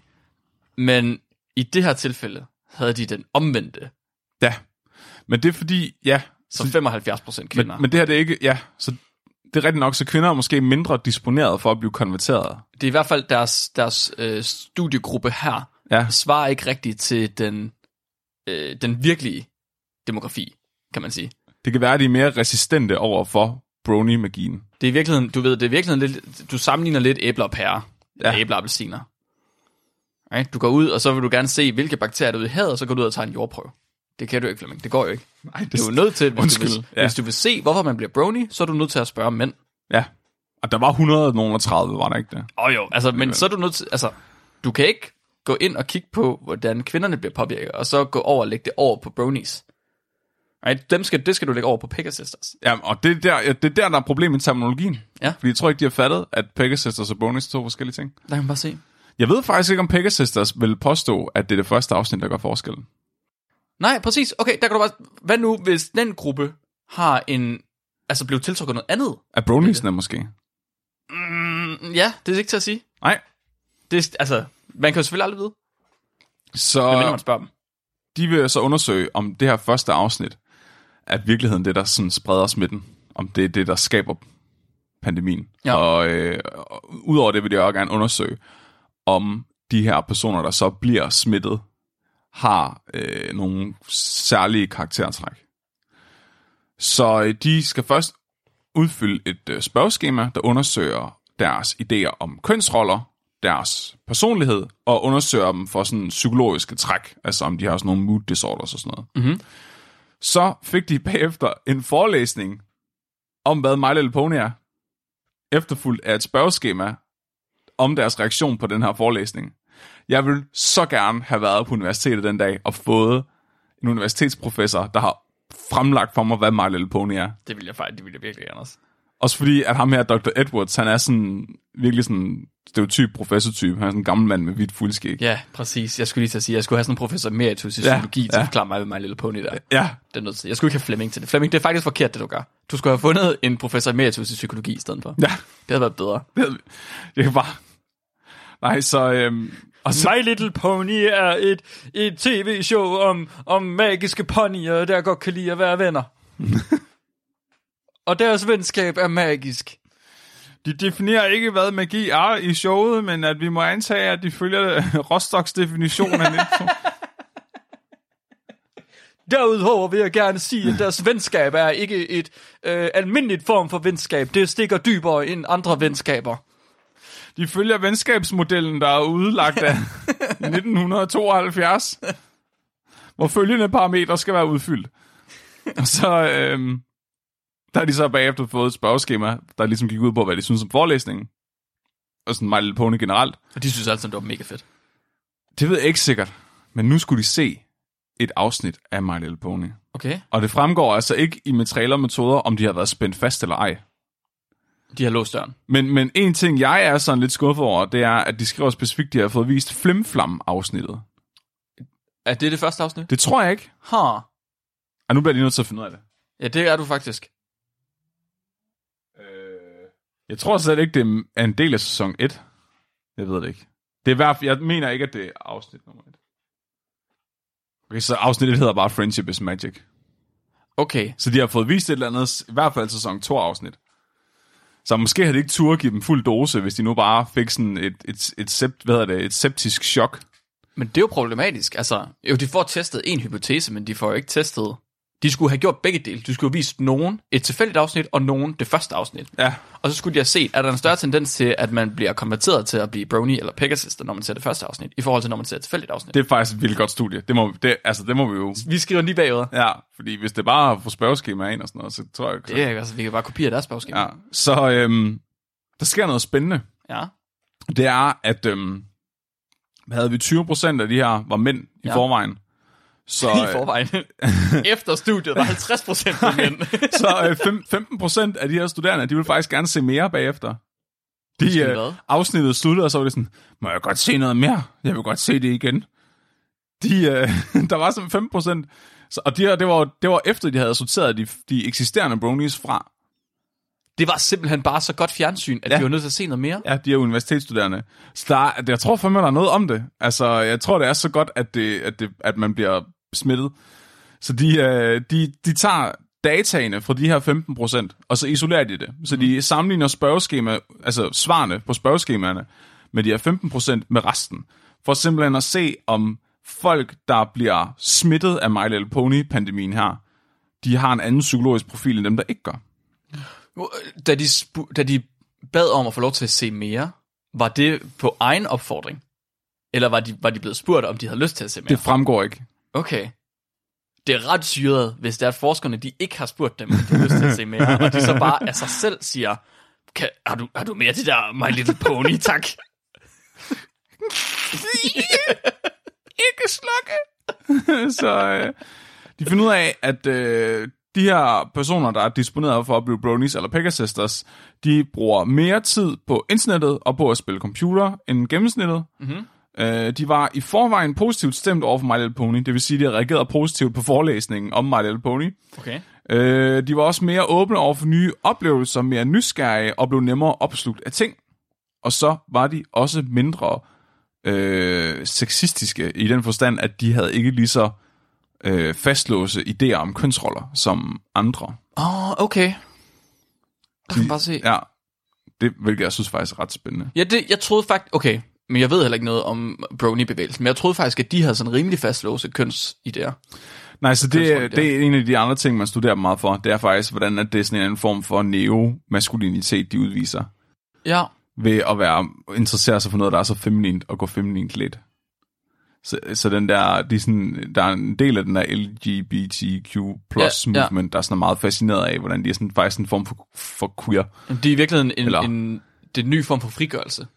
Speaker 2: Men i det her tilfælde havde de den omvendte,
Speaker 1: Ja. Men det er fordi, ja.
Speaker 2: så 75 procent
Speaker 1: men,
Speaker 2: kvinder. Men,
Speaker 1: men det her, det er ikke, ja. Så det er rigtigt nok, så kvinder er måske mindre disponeret for at blive konverteret.
Speaker 2: det er i hvert fald deres, deres øh, studiegruppe her,
Speaker 1: Ja.
Speaker 2: svarer ikke rigtigt til den, øh, den virkelige demografi, kan man sige.
Speaker 1: Det kan være, at de er mere resistente over for brony-magien.
Speaker 2: Det er i virkeligheden, du ved, det er i virkeligheden lidt, du sammenligner lidt æbler og pærer,
Speaker 1: Ja.
Speaker 2: ja. æbler og appelsiner. Okay? Du går ud, og så vil du gerne se, hvilke bakterier der er ude i havet, og så går du ud og tager en jordprøve. Det kan du ikke, Flemming. Det går jo ikke.
Speaker 1: Nej, det,
Speaker 2: Du er jo nødt til, hvis du,
Speaker 1: Undskyld.
Speaker 2: vil,
Speaker 1: Ja.
Speaker 2: ja. hvis du vil se, hvorfor man bliver brony, så er du nødt til at spørge mænd.
Speaker 1: Ja. Og der var 130, var der ikke det?
Speaker 2: Åh oh, jo, altså, men så er du nødt til, altså, du kan ikke gå ind og kigge på, hvordan kvinderne bliver påvirket, og så gå over og lægge det over på bronies. Right? Dem skal, det skal du lægge over på altså. Pegasisters.
Speaker 1: Ja, og det er der, ja, det er der, der er problemet med terminologien.
Speaker 2: Ja.
Speaker 1: Fordi jeg tror ikke, de har fattet, at Pegasisters og Bonus er to forskellige ting.
Speaker 2: Lad mig bare se.
Speaker 1: Jeg ved faktisk ikke, om Pegasisters vil påstå, at det er det første afsnit, der gør forskellen.
Speaker 2: Nej, præcis. Okay, der kan du bare... Hvad nu, hvis den gruppe har en... Altså, blev tiltrukket af noget andet?
Speaker 1: At Broniesen er måske.
Speaker 2: Mm, ja, det er ikke til at sige.
Speaker 1: Nej.
Speaker 2: Det er, altså, man kan jo selvfølgelig aldrig vide, når
Speaker 1: Så
Speaker 2: man spørger dem.
Speaker 1: de vil så undersøge, om det her første afsnit er i virkeligheden det, der sådan spreder smitten. Om det er det, der skaber pandemien.
Speaker 2: Ja.
Speaker 1: Og, øh, og udover det vil jeg også gerne undersøge, om de her personer, der så bliver smittet, har øh, nogle særlige karaktertræk. Så øh, de skal først udfylde et øh, spørgeskema, der undersøger deres idéer om kønsroller, deres personlighed, og undersøger dem for sådan psykologiske træk, altså om de har sådan nogle mood disorders og sådan noget.
Speaker 2: Mhm.
Speaker 1: Så fik de bagefter en forelæsning om, hvad My Little Pony er, efterfulgt af et spørgeskema om deres reaktion på den her forelæsning. Jeg vil så gerne have været på universitetet den dag og fået en universitetsprofessor, der har fremlagt for mig, hvad My Little Pony er.
Speaker 2: Det vil jeg faktisk, det vil jeg virkelig gerne også.
Speaker 1: Også fordi, at ham her, Dr. Edwards, han er sådan virkelig sådan stereotyp professortype. Han er sådan en gammel mand med hvidt fuldskæg.
Speaker 2: Ja, præcis. Jeg skulle lige til at sige, at jeg skulle have sådan en professor emeritus i ja, psykologi til ja. at forklare mig, hvad mig lille pony der.
Speaker 1: Ja,
Speaker 2: Det er nødt til. Jeg skulle ikke have Flemming til det. Flemming, det er faktisk forkert, det du gør. Du skulle have fundet en professor emeritus i psykologi i stedet for.
Speaker 1: ja.
Speaker 2: Det havde været bedre.
Speaker 1: Det havde vi- Jeg kan bare... Nej, så... Øhm, og så
Speaker 2: My Little Pony er et, et tv-show om, om magiske ponyer, der godt kan lide at være venner. og deres venskab er magisk.
Speaker 1: de definerer ikke, hvad magi er i showet, men at vi må antage, at de følger Rostocks definition af det.
Speaker 2: Derudover vil jeg gerne sige, at deres venskab er ikke et øh, almindeligt form for venskab. Det stikker dybere end andre venskaber.
Speaker 1: De følger venskabsmodellen, der er udlagt af 1972, hvor følgende parametre skal være udfyldt. Og så øhm, der har de så bagefter fået et spørgeskema, der ligesom gik ud på, hvad de synes om forelæsningen. Og sådan My Little Pony generelt.
Speaker 2: Og de synes altså, det var mega fedt.
Speaker 1: Det ved jeg ikke sikkert, men nu skulle de se et afsnit af My Little Pony.
Speaker 2: Okay.
Speaker 1: Og det fremgår altså ikke i materialer og metoder, om de har været spændt fast eller ej.
Speaker 2: De har låst døren.
Speaker 1: Men, men en ting, jeg er sådan lidt skuffet over, det er, at de skriver specifikt, at de har fået vist Flimflam-afsnittet.
Speaker 2: Er det det første afsnit?
Speaker 1: Det tror jeg ikke.
Speaker 2: Ha.
Speaker 1: Og nu bliver jeg lige nødt til at finde ud af det.
Speaker 2: Ja, det er du faktisk.
Speaker 1: Jeg tror slet ikke, det er en del af sæson 1. Jeg ved det ikke. Det er i hvert fald, jeg mener ikke, at det er afsnit nummer 1. Okay, så afsnit 1 hedder bare Friendship is Magic.
Speaker 2: Okay.
Speaker 1: Så de har fået vist et eller andet, i hvert fald sæson 2 afsnit. Så måske havde de ikke tur at give dem fuld dose, hvis de nu bare fik sådan et, et, et, sept, hvad hedder det, et septisk chok.
Speaker 2: Men det er jo problematisk. Altså, jo, de får testet en hypotese, men de får jo ikke testet... De skulle have gjort begge dele. De skulle have vist nogen et tilfældigt afsnit, og nogen det første afsnit.
Speaker 1: Ja.
Speaker 2: Og så skulle de have set, er der en større tendens til, at man bliver konverteret til at blive Brony eller Pegasus, når man ser det første afsnit, i forhold til, når man ser et tilfældigt afsnit.
Speaker 1: Det er faktisk et vildt godt studie. Det må, det, altså, det må vi jo...
Speaker 2: Vi skriver lige bagud.
Speaker 1: Ja, fordi hvis det bare er at få spørgeskemaer ind og sådan noget, så tror jeg...
Speaker 2: Det er, altså, vi kan bare kopiere deres bagskema.
Speaker 1: Ja, så øhm, der sker noget spændende.
Speaker 2: ja.
Speaker 1: Det er, at øhm, hvad havde vi 20% af de her var mænd i
Speaker 2: Ja.
Speaker 1: forvejen. Så, øh,
Speaker 2: I forvejen. Efter studiet var 50 procent mænd.
Speaker 1: så øh, fem, 15% af de her studerende, de vil faktisk gerne se mere bagefter. De,
Speaker 2: Undskyld,
Speaker 1: øh,
Speaker 2: hvad?
Speaker 1: afsnittet sluttede, og så var det sådan, må jeg godt se noget mere? Jeg vil godt se det igen. De, øh, der var som 15%, så, og de her, det, var, det var efter, de havde sorteret de, de eksisterende bronies fra.
Speaker 2: Det var simpelthen bare så godt fjernsyn, at ja.
Speaker 1: Ja.
Speaker 2: vi var nødt til at se noget mere.
Speaker 1: Ja, de er universitetsstuderende. Så der, er- jeg tror fandme, der er noget om det. Altså, jeg tror, det er så godt, at, det, at, det, at man bliver smittet. Så de, øh, de, de tager dataene fra de her 15 procent, og så isolerer de det. Så de sammenligner spørgeskema, altså svarene på spørgeskemaerne med de her 15 procent med resten. For simpelthen at se, om folk, der bliver smittet af My Little Pony-pandemien her, de har en anden psykologisk profil end dem, der ikke gør.
Speaker 2: Da de, spu- da de bad om at få lov til at se mere, var det på egen opfordring? Eller var de, var de blevet spurgt, om de havde lyst til at se mere?
Speaker 1: Det fremgår ikke.
Speaker 2: Okay. Det er ret syret, hvis det er, at forskerne de ikke har spurgt dem, om de har lyst til at se mere, og de så bare af sig selv siger, kan, har, du, har du mere til der My Little Pony, tak?
Speaker 1: ikke slukke. så øh, de finder ud af, at øh, de her personer, der er disponeret for at blive bronies eller pegasisters, de bruger mere tid på internettet og på at spille computer end gennemsnittet. Mm-hmm. Øh, de var i forvejen positivt stemt over for My Little Pony, det vil sige, de reagerede positivt på forelæsningen om My Little Pony.
Speaker 2: Okay.
Speaker 1: Øh, de var også mere åbne over for nye oplevelser, mere nysgerrige og blev nemmere opslugt af ting. Og så var de også mindre øh, sexistiske i den forstand, at de havde ikke lige så øh, fastlåse idéer om kønsroller som andre.
Speaker 2: Åh, oh, okay. Der kan man bare se.
Speaker 1: Ja. Det, hvilket jeg synes faktisk er ret spændende.
Speaker 2: Ja, det, jeg troede faktisk... Okay, men jeg ved heller ikke noget om brony-bevægelsen, men jeg troede faktisk, at de havde sådan rimelig fastlåse kønsidéer.
Speaker 1: Nej, så
Speaker 2: tror jeg,
Speaker 1: det,
Speaker 2: det er.
Speaker 1: det er en af de andre ting, man studerer meget for. Det er faktisk, hvordan at det er sådan en form for neomaskulinitet, de udviser.
Speaker 2: Ja,
Speaker 1: Ved at være interesseret sig for noget, der er så feminint, og gå feminint lidt. Så, så den der, de er sådan, der er en del af den der LGBTQ plus
Speaker 2: Ja,
Speaker 1: ja,
Speaker 2: ja.
Speaker 1: movement, der er sådan meget fascineret af, hvordan de er sådan, faktisk en form for, for queer. Det,
Speaker 2: det er i virkeligheden en,
Speaker 1: Eller-
Speaker 2: en, det er en ny form for frigørelse.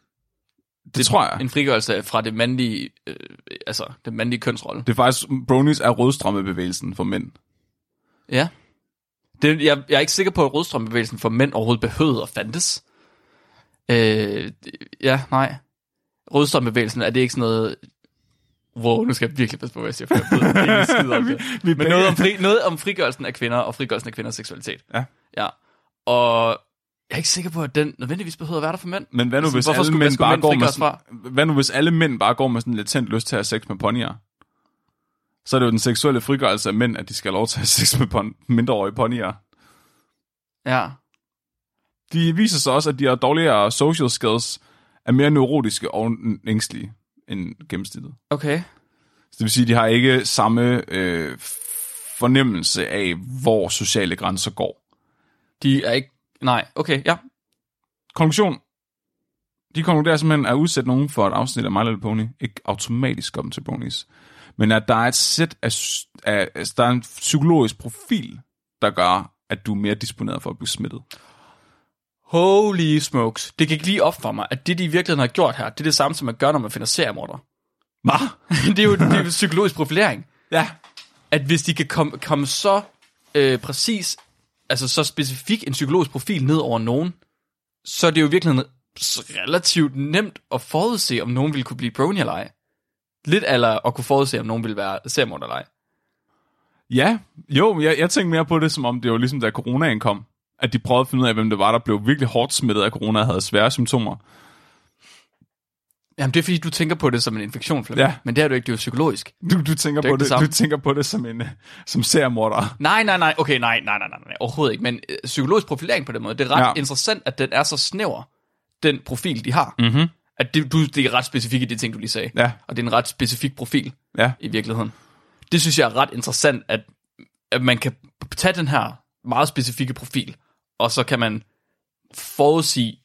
Speaker 1: det tror jeg.
Speaker 2: En frigørelse fra det mandlige, øh, altså den mandlige kønsrolle.
Speaker 1: Det er faktisk, bronies er rødstrømmebevægelsen for mænd.
Speaker 2: Ja. Det, jeg, jeg er ikke sikker på, at rødstrømbevægelsen for mænd overhovedet behøvede at fandtes. Øh, ja, nej. Rødstrømbevægelsen, er det ikke sådan noget... Wow, nu skal jeg virkelig passe på, hvad jeg siger, for jeg ved ikke en skid om det.
Speaker 1: vi
Speaker 2: Men noget om, fri, noget om frigørelsen af kvinder og frigørelsen af kvinders seksualitet.
Speaker 1: Ja.
Speaker 2: ja. Og jeg er ikke sikker på, at den nødvendigvis behøver at være der for mænd.
Speaker 1: Men hvad nu,
Speaker 2: Altså,
Speaker 1: hvis
Speaker 2: hvorfor
Speaker 1: alle
Speaker 2: skulle- hvad
Speaker 1: mænd
Speaker 2: skulle
Speaker 1: bare
Speaker 2: mænd
Speaker 1: går med
Speaker 2: frigøres
Speaker 1: sådan, hvad nu, hvis alle mænd bare går med sådan en latent lyst til at have sex med ponyer? Så er det jo den seksuelle frigørelse af mænd, at de skal have lov til at have sex med pon- mindreårige ponyer.
Speaker 2: Ja.
Speaker 1: De viser sig også, at de har dårligere social skills, er mere neurotiske og n- ængstelige end gennemsnittet.
Speaker 2: Okay.
Speaker 1: Så det vil sige, at de har ikke samme øh, fornemmelse af, hvor sociale grænser går.
Speaker 2: De er ikke... Nej, okay, ja.
Speaker 1: Konklusion. De konkluderer simpelthen, at udsætte nogen for et afsnit af My Little Pony ikke automatisk gør dem til ponies. Men at der er et sæt af, s- af, altså, der er en psykologisk profil, der gør, at du er mere disponeret for at blive smittet.
Speaker 2: Holy smokes. Det gik lige op for mig, at det, de i virkeligheden har gjort her, det er det samme, som man gør, når man finder seriemorder.
Speaker 1: Hva?
Speaker 2: det er jo, det er jo psykologisk profilering.
Speaker 1: Ja.
Speaker 2: At hvis de kan komme, komme så øh, præcis, altså så specifik en psykologisk profil ned over nogen, så er det jo i virkeligheden relativt nemt at forudse, om nogen ville kunne blive brony eller ej. Lidt eller at kunne forudse, om nogen ville være seriemorder eller ej.
Speaker 1: Ja, jo, jeg, jeg tænkte mere på det, som om det var ligesom, da coronaen kom. At de prøvede at finde ud af, hvem det var, der blev virkelig hårdt smittet af corona og havde svære symptomer.
Speaker 2: Jamen det er fordi, du tænker på det som en infektion, Flemming.
Speaker 1: Ja.
Speaker 2: Men det er du ikke, det er jo psykologisk.
Speaker 1: Du, du, tænker,
Speaker 2: Det er
Speaker 1: på
Speaker 2: ikke det
Speaker 1: det,
Speaker 2: samme.
Speaker 1: du tænker på det som en øh, som seriemorder.
Speaker 2: Nej, nej, nej, okay, nej, nej, nej, nej, nej overhovedet ikke. Men øh, psykologisk profilering på den måde, det er ret ja.
Speaker 1: Ja.
Speaker 2: interessant, at den er så snæver, den profil, de har.
Speaker 1: Mhm.
Speaker 2: At det, du, det er ret specifikt i de ting, du lige sagde.
Speaker 1: Ja,
Speaker 2: Og det er en ret specifik profil
Speaker 1: ja.
Speaker 2: i virkeligheden. Det synes jeg er ret interessant, at, at man kan tage den her meget specifikke profil, og så kan man forudsige,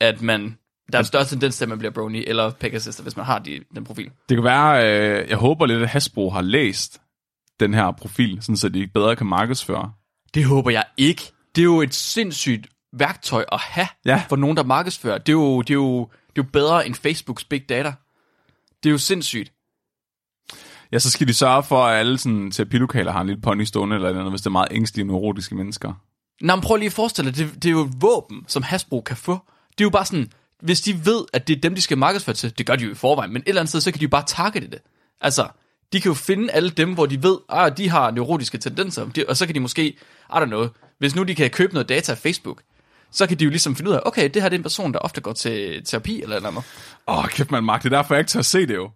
Speaker 2: at man der er en større tendens til, at man bliver brony eller pegasister, hvis man har de, den profil.
Speaker 1: Det kan være, øh, jeg håber lidt, at Hasbro har læst den her profil, sådan så de bedre kan markedsføre.
Speaker 2: Det håber jeg ikke. Det er jo et sindssygt værktøj at have
Speaker 1: Ja.
Speaker 2: for nogen, der markedsfører. Det er, jo, det, er jo, det er jo bedre end Facebooks big data. Det er jo sindssygt.
Speaker 1: Ja, så skal de sørge for, at alle sådan, terapilokaler har en lille pony stående eller et eller andet, hvis det er meget ængstelige, neurotiske mennesker.
Speaker 2: Nå, men prøv lige at forestille dig, det, det er jo et våben, som Hasbro kan få. Det er jo bare sådan, hvis de ved, at det er dem, de skal markedsføre til, det gør de jo i forvejen, men et eller andet sted, så kan de jo bare targete det. Altså, de kan jo finde alle dem, hvor de ved, at de har neurotiske tendenser, de- og så kan de måske, I don't know, hvis nu de kan købe noget data af Facebook, så kan de jo ligesom finde ud af, okay, det her det er en person, der ofte går til terapi eller et eller andet.
Speaker 1: Åh, kæft man, Mark, det er derfor, jeg ikke tør se det jo.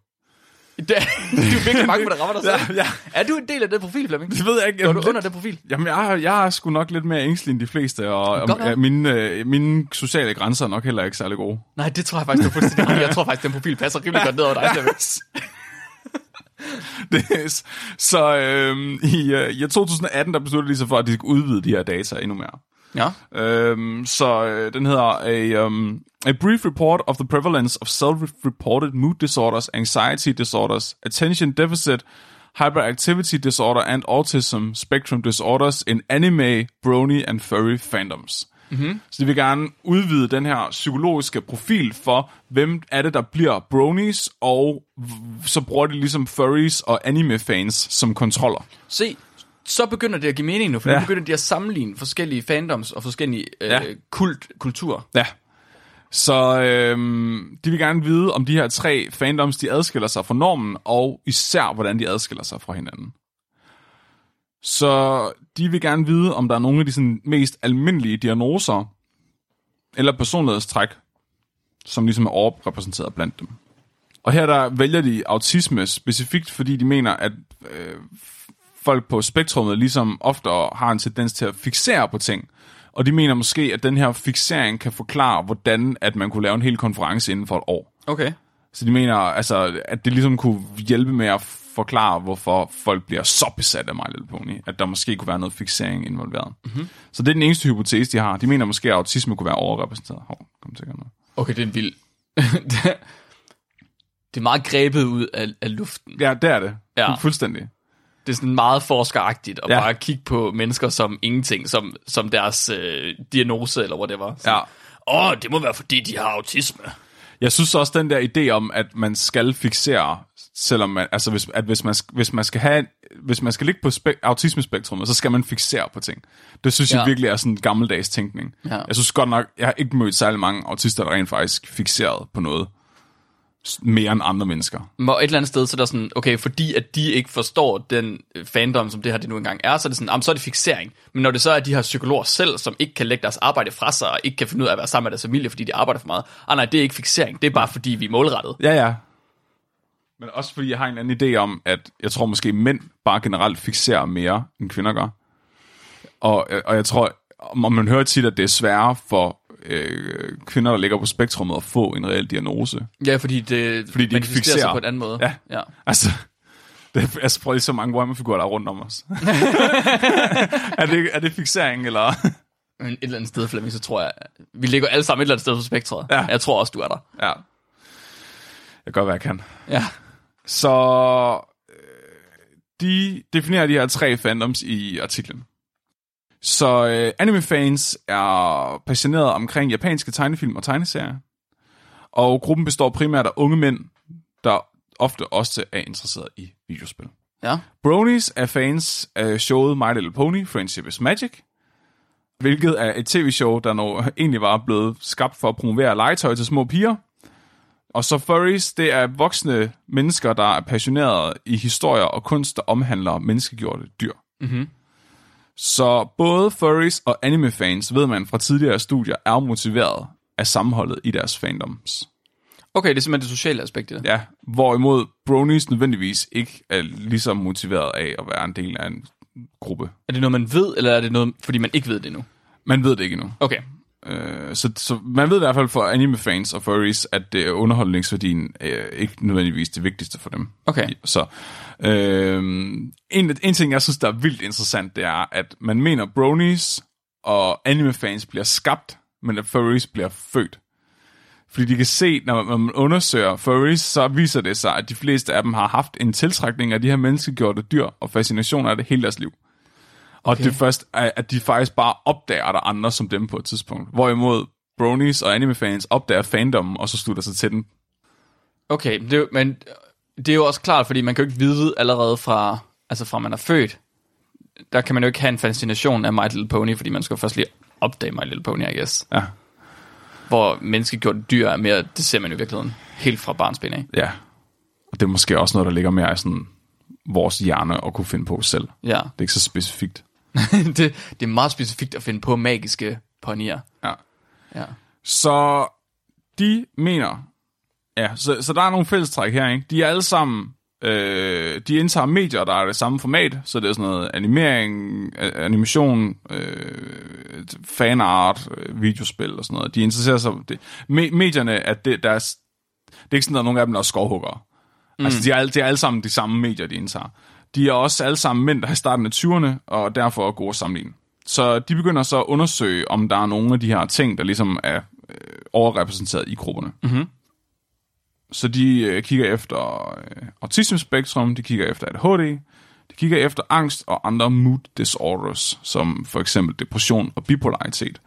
Speaker 2: Det er, du er virkelig mange, der rammer dig selv.
Speaker 1: Ja, ja.
Speaker 2: Er du en del af den profil, Flemming?
Speaker 1: Det ved jeg ikke.
Speaker 2: Går
Speaker 1: Jamen,
Speaker 2: du
Speaker 1: lidt-
Speaker 2: under den profil?
Speaker 1: Jamen, jeg, jeg er sgu nok lidt mere ængstelig end de fleste, og,
Speaker 2: Godt
Speaker 1: og
Speaker 2: nok.
Speaker 1: ja, mine, øh, mine sociale grænser er nok heller ikke særlig gode.
Speaker 2: Nej, det tror jeg faktisk, du er fuldstændig ret i. Jeg tror faktisk, den profil passer rimelig godt ned over dig, Flemming.
Speaker 1: Det, er s- så øhm, i, øh, i 2018, der besluttede de sig for, at de skulle udvide de her data endnu mere.
Speaker 2: Ja.
Speaker 1: Øhm, så øh, den hedder a, um, a Brief Report of the Prevalence of Self-Reported Mood Disorders, Anxiety Disorders, Attention Deficit, Hyperactivity Disorder and Autism Spectrum Disorders in Anime, Brony and Furry Fandoms. Mm-hmm. Så de vil gerne udvide den her psykologiske profil for, hvem er det, der bliver bronies, og v- så bruger de ligesom furries og anime-fans som kontroller.
Speaker 2: Se, så begynder det at give mening nu, for ja.
Speaker 1: Ja.
Speaker 2: nu begynder de at sammenligne forskellige fandoms og forskellige øh, ja.
Speaker 1: Ja.
Speaker 2: kult, kulturer.
Speaker 1: Ja. Så øhm, de vil gerne vide, om de her tre fandoms, de adskiller sig fra normen, og især, hvordan de adskiller sig fra hinanden. Så de vil gerne vide, om der er nogle af de sådan, mest almindelige diagnoser, eller personlighedstræk, som ligesom er overrepræsenteret blandt dem. Og her der vælger de autisme specifikt, fordi de mener, at øh, folk på spektrummet ligesom ofte har en tendens til at fixere på ting, Og de mener måske, at den her fixering kan forklare, hvordan at man kunne lave en hel konference inden for et år.
Speaker 2: Okay.
Speaker 1: Så de mener, altså, at det ligesom kunne hjælpe med at forklare, hvorfor folk bliver så besat af My Little Pony. At der måske kunne være noget fixering involveret. Mm-hmm. Så det er den eneste hypotese, de har. De mener måske, at autisme kunne være overrepræsenteret. Hov, kom til at gøre noget.
Speaker 2: Okay, det er vild. det er meget grebet ud af, af luften.
Speaker 1: Ja, det er det.
Speaker 2: Ja.
Speaker 1: Ja. Fuldstændig.
Speaker 2: Det er sådan meget forskeragtigt at ja.
Speaker 1: Ja.
Speaker 2: bare kigge på mennesker som ingenting, som, som deres øh, diagnose eller whatever.
Speaker 1: Ja.
Speaker 2: Åh, det må være fordi, de har autisme.
Speaker 1: Jeg synes også, den der idé om, at man skal fixere, selvom man, altså hvis, at hvis man, hvis man skal have, hvis man skal ligge på spek- autismespektrummet, så skal man fixere på ting. Det synes ja.
Speaker 2: Ja.
Speaker 1: jeg virkelig er sådan en gammeldags tænkning.
Speaker 2: Ja.
Speaker 1: Jeg synes godt nok, jeg har ikke mødt særlig mange autister, der rent faktisk fixeret på noget s- mere end andre mennesker.
Speaker 2: Men et eller andet sted, så er der sådan, okay, fordi at de ikke forstår den øh, fandom, som det her det nu engang er, så er det sådan, jamen, så er det fixering. Men når det så er de her psykologer selv, som ikke kan lægge deres arbejde fra sig, og ikke kan finde ud af at være sammen med deres familie, fordi de arbejder for meget. Ah nej, det er ikke fixering, det er bare fordi, vi er målrettet.
Speaker 1: Ja, ja. Men også fordi jeg har en anden idé om, at jeg tror måske mænd bare generelt fixerer mere, end kvinder gør. Og, øh, og jeg tror, og man hører tit, at det er sværere for øh, kvinder, der ligger på spektrummet, at få en reel diagnose.
Speaker 2: Ja, fordi det
Speaker 1: Fordi de ikke
Speaker 2: manifesterer sig
Speaker 1: fixerer.
Speaker 2: på en anden måde.
Speaker 1: Ja.
Speaker 2: ja.
Speaker 1: Altså, det er, altså prøv lige så mange Warhammer-figurer, der er rundt om os. er, det, er det fixering, eller?
Speaker 2: Men et eller andet sted, Flemming, så tror jeg, vi ligger alle sammen et eller andet sted på spektret.
Speaker 1: Ja.
Speaker 2: Jeg tror også, du er der.
Speaker 1: ja. Jeg gør, hvad jeg kan.
Speaker 2: Ja.
Speaker 1: Så øh, de definerer de her tre fandoms i artiklen. Så øh, anime-fans er passionerede omkring japanske tegnefilm og tegneserier. Og gruppen består primært af unge mænd, der ofte også er interesseret i videospil.
Speaker 2: Ja.
Speaker 1: Bronies er fans af showet My Little Pony, Friendship is Magic, hvilket er et tv-show, der nu egentlig var blevet skabt for at promovere legetøj til små piger. Og så furries, det er voksne mennesker, der er passionerede i historier og kunst, der omhandler menneskegjorte dyr. Mm-hmm. Så både furries og anime-fans, ved man fra tidligere studier, er motiveret af sammenholdet i deres fandoms.
Speaker 2: Okay, det er simpelthen det sociale aspekt i det.
Speaker 1: Ja, hvorimod bronies nødvendigvis ikke er lige så motiveret af at være en del af en gruppe.
Speaker 2: Er det noget, man ved, eller er det noget, fordi man ikke ved det endnu?
Speaker 1: Man ved det ikke endnu.
Speaker 2: Okay.
Speaker 1: Øh, så, så man ved i hvert fald for anime-fans og furries, at øh, underholdningsværdien øh, ikke nødvendigvis det vigtigste for dem.
Speaker 2: Okay.
Speaker 1: Så øh, en, en ting, jeg synes, der er vildt interessant, det er, at man mener, bronies og anime-fans bliver skabt, men at furries bliver født. Fordi de kan se, når man, når man undersøger furries, så viser det sig, at de fleste af dem har haft en tiltrækning af de her menneskegjorte dyr og fascination af det hele deres liv. Og okay. det først er, at de faktisk bare opdager, at der er andre som dem på et tidspunkt. Hvorimod bronies og anime-fans opdager fandommen, og så slutter sig til den.
Speaker 2: Okay, men det, er jo- men øh, det er jo også klart, fordi man kan jo ikke vide allerede fra, altså fra man er født, der kan man jo ikke have en fascination af My Little Pony, fordi man skal jo først lige opdage My Little Pony, I guess.
Speaker 1: Ja.
Speaker 2: Hvor menneskegjorte dyr er mere, det ser man jo i virkeligheden helt fra barnsben af.
Speaker 1: Ja. Og det er måske også noget, der ligger mere i sådan vores hjerne at kunne finde på selv. Det
Speaker 2: Ja,
Speaker 1: er ikke så specifikt.
Speaker 2: det, det er meget specifikt at finde på magiske ponyer.
Speaker 1: Ja.
Speaker 2: Ja.
Speaker 1: Så de mener... Ja, så, så der er nogle fællestræk her, ikke? De er alle sammen... Øh, de indtager medier, der er det samme format, så det er sådan noget animering, a- animation, øh, fanart, øh, videospil og sådan noget. De interesserer sig... Det. Me- medierne, at det, deres, det er ikke sådan, at nogen af dem der er skovhuggere. Mm. Altså, de er, alle, de er alle sammen de samme medier, de indtager. De er også alle sammen mænd, der er i starten af 20'erne, og derfor er gode at sammenligne. Så de begynder så at undersøge, om der er nogle af de her ting, der ligesom er øh, overrepræsenteret i grupperne. Mm-hmm. Så de øh, kigger efter øh, autismespektrum, de kigger efter ADHD, de kigger efter angst og andre mood disorders, som for eksempel depression og bipolaritet.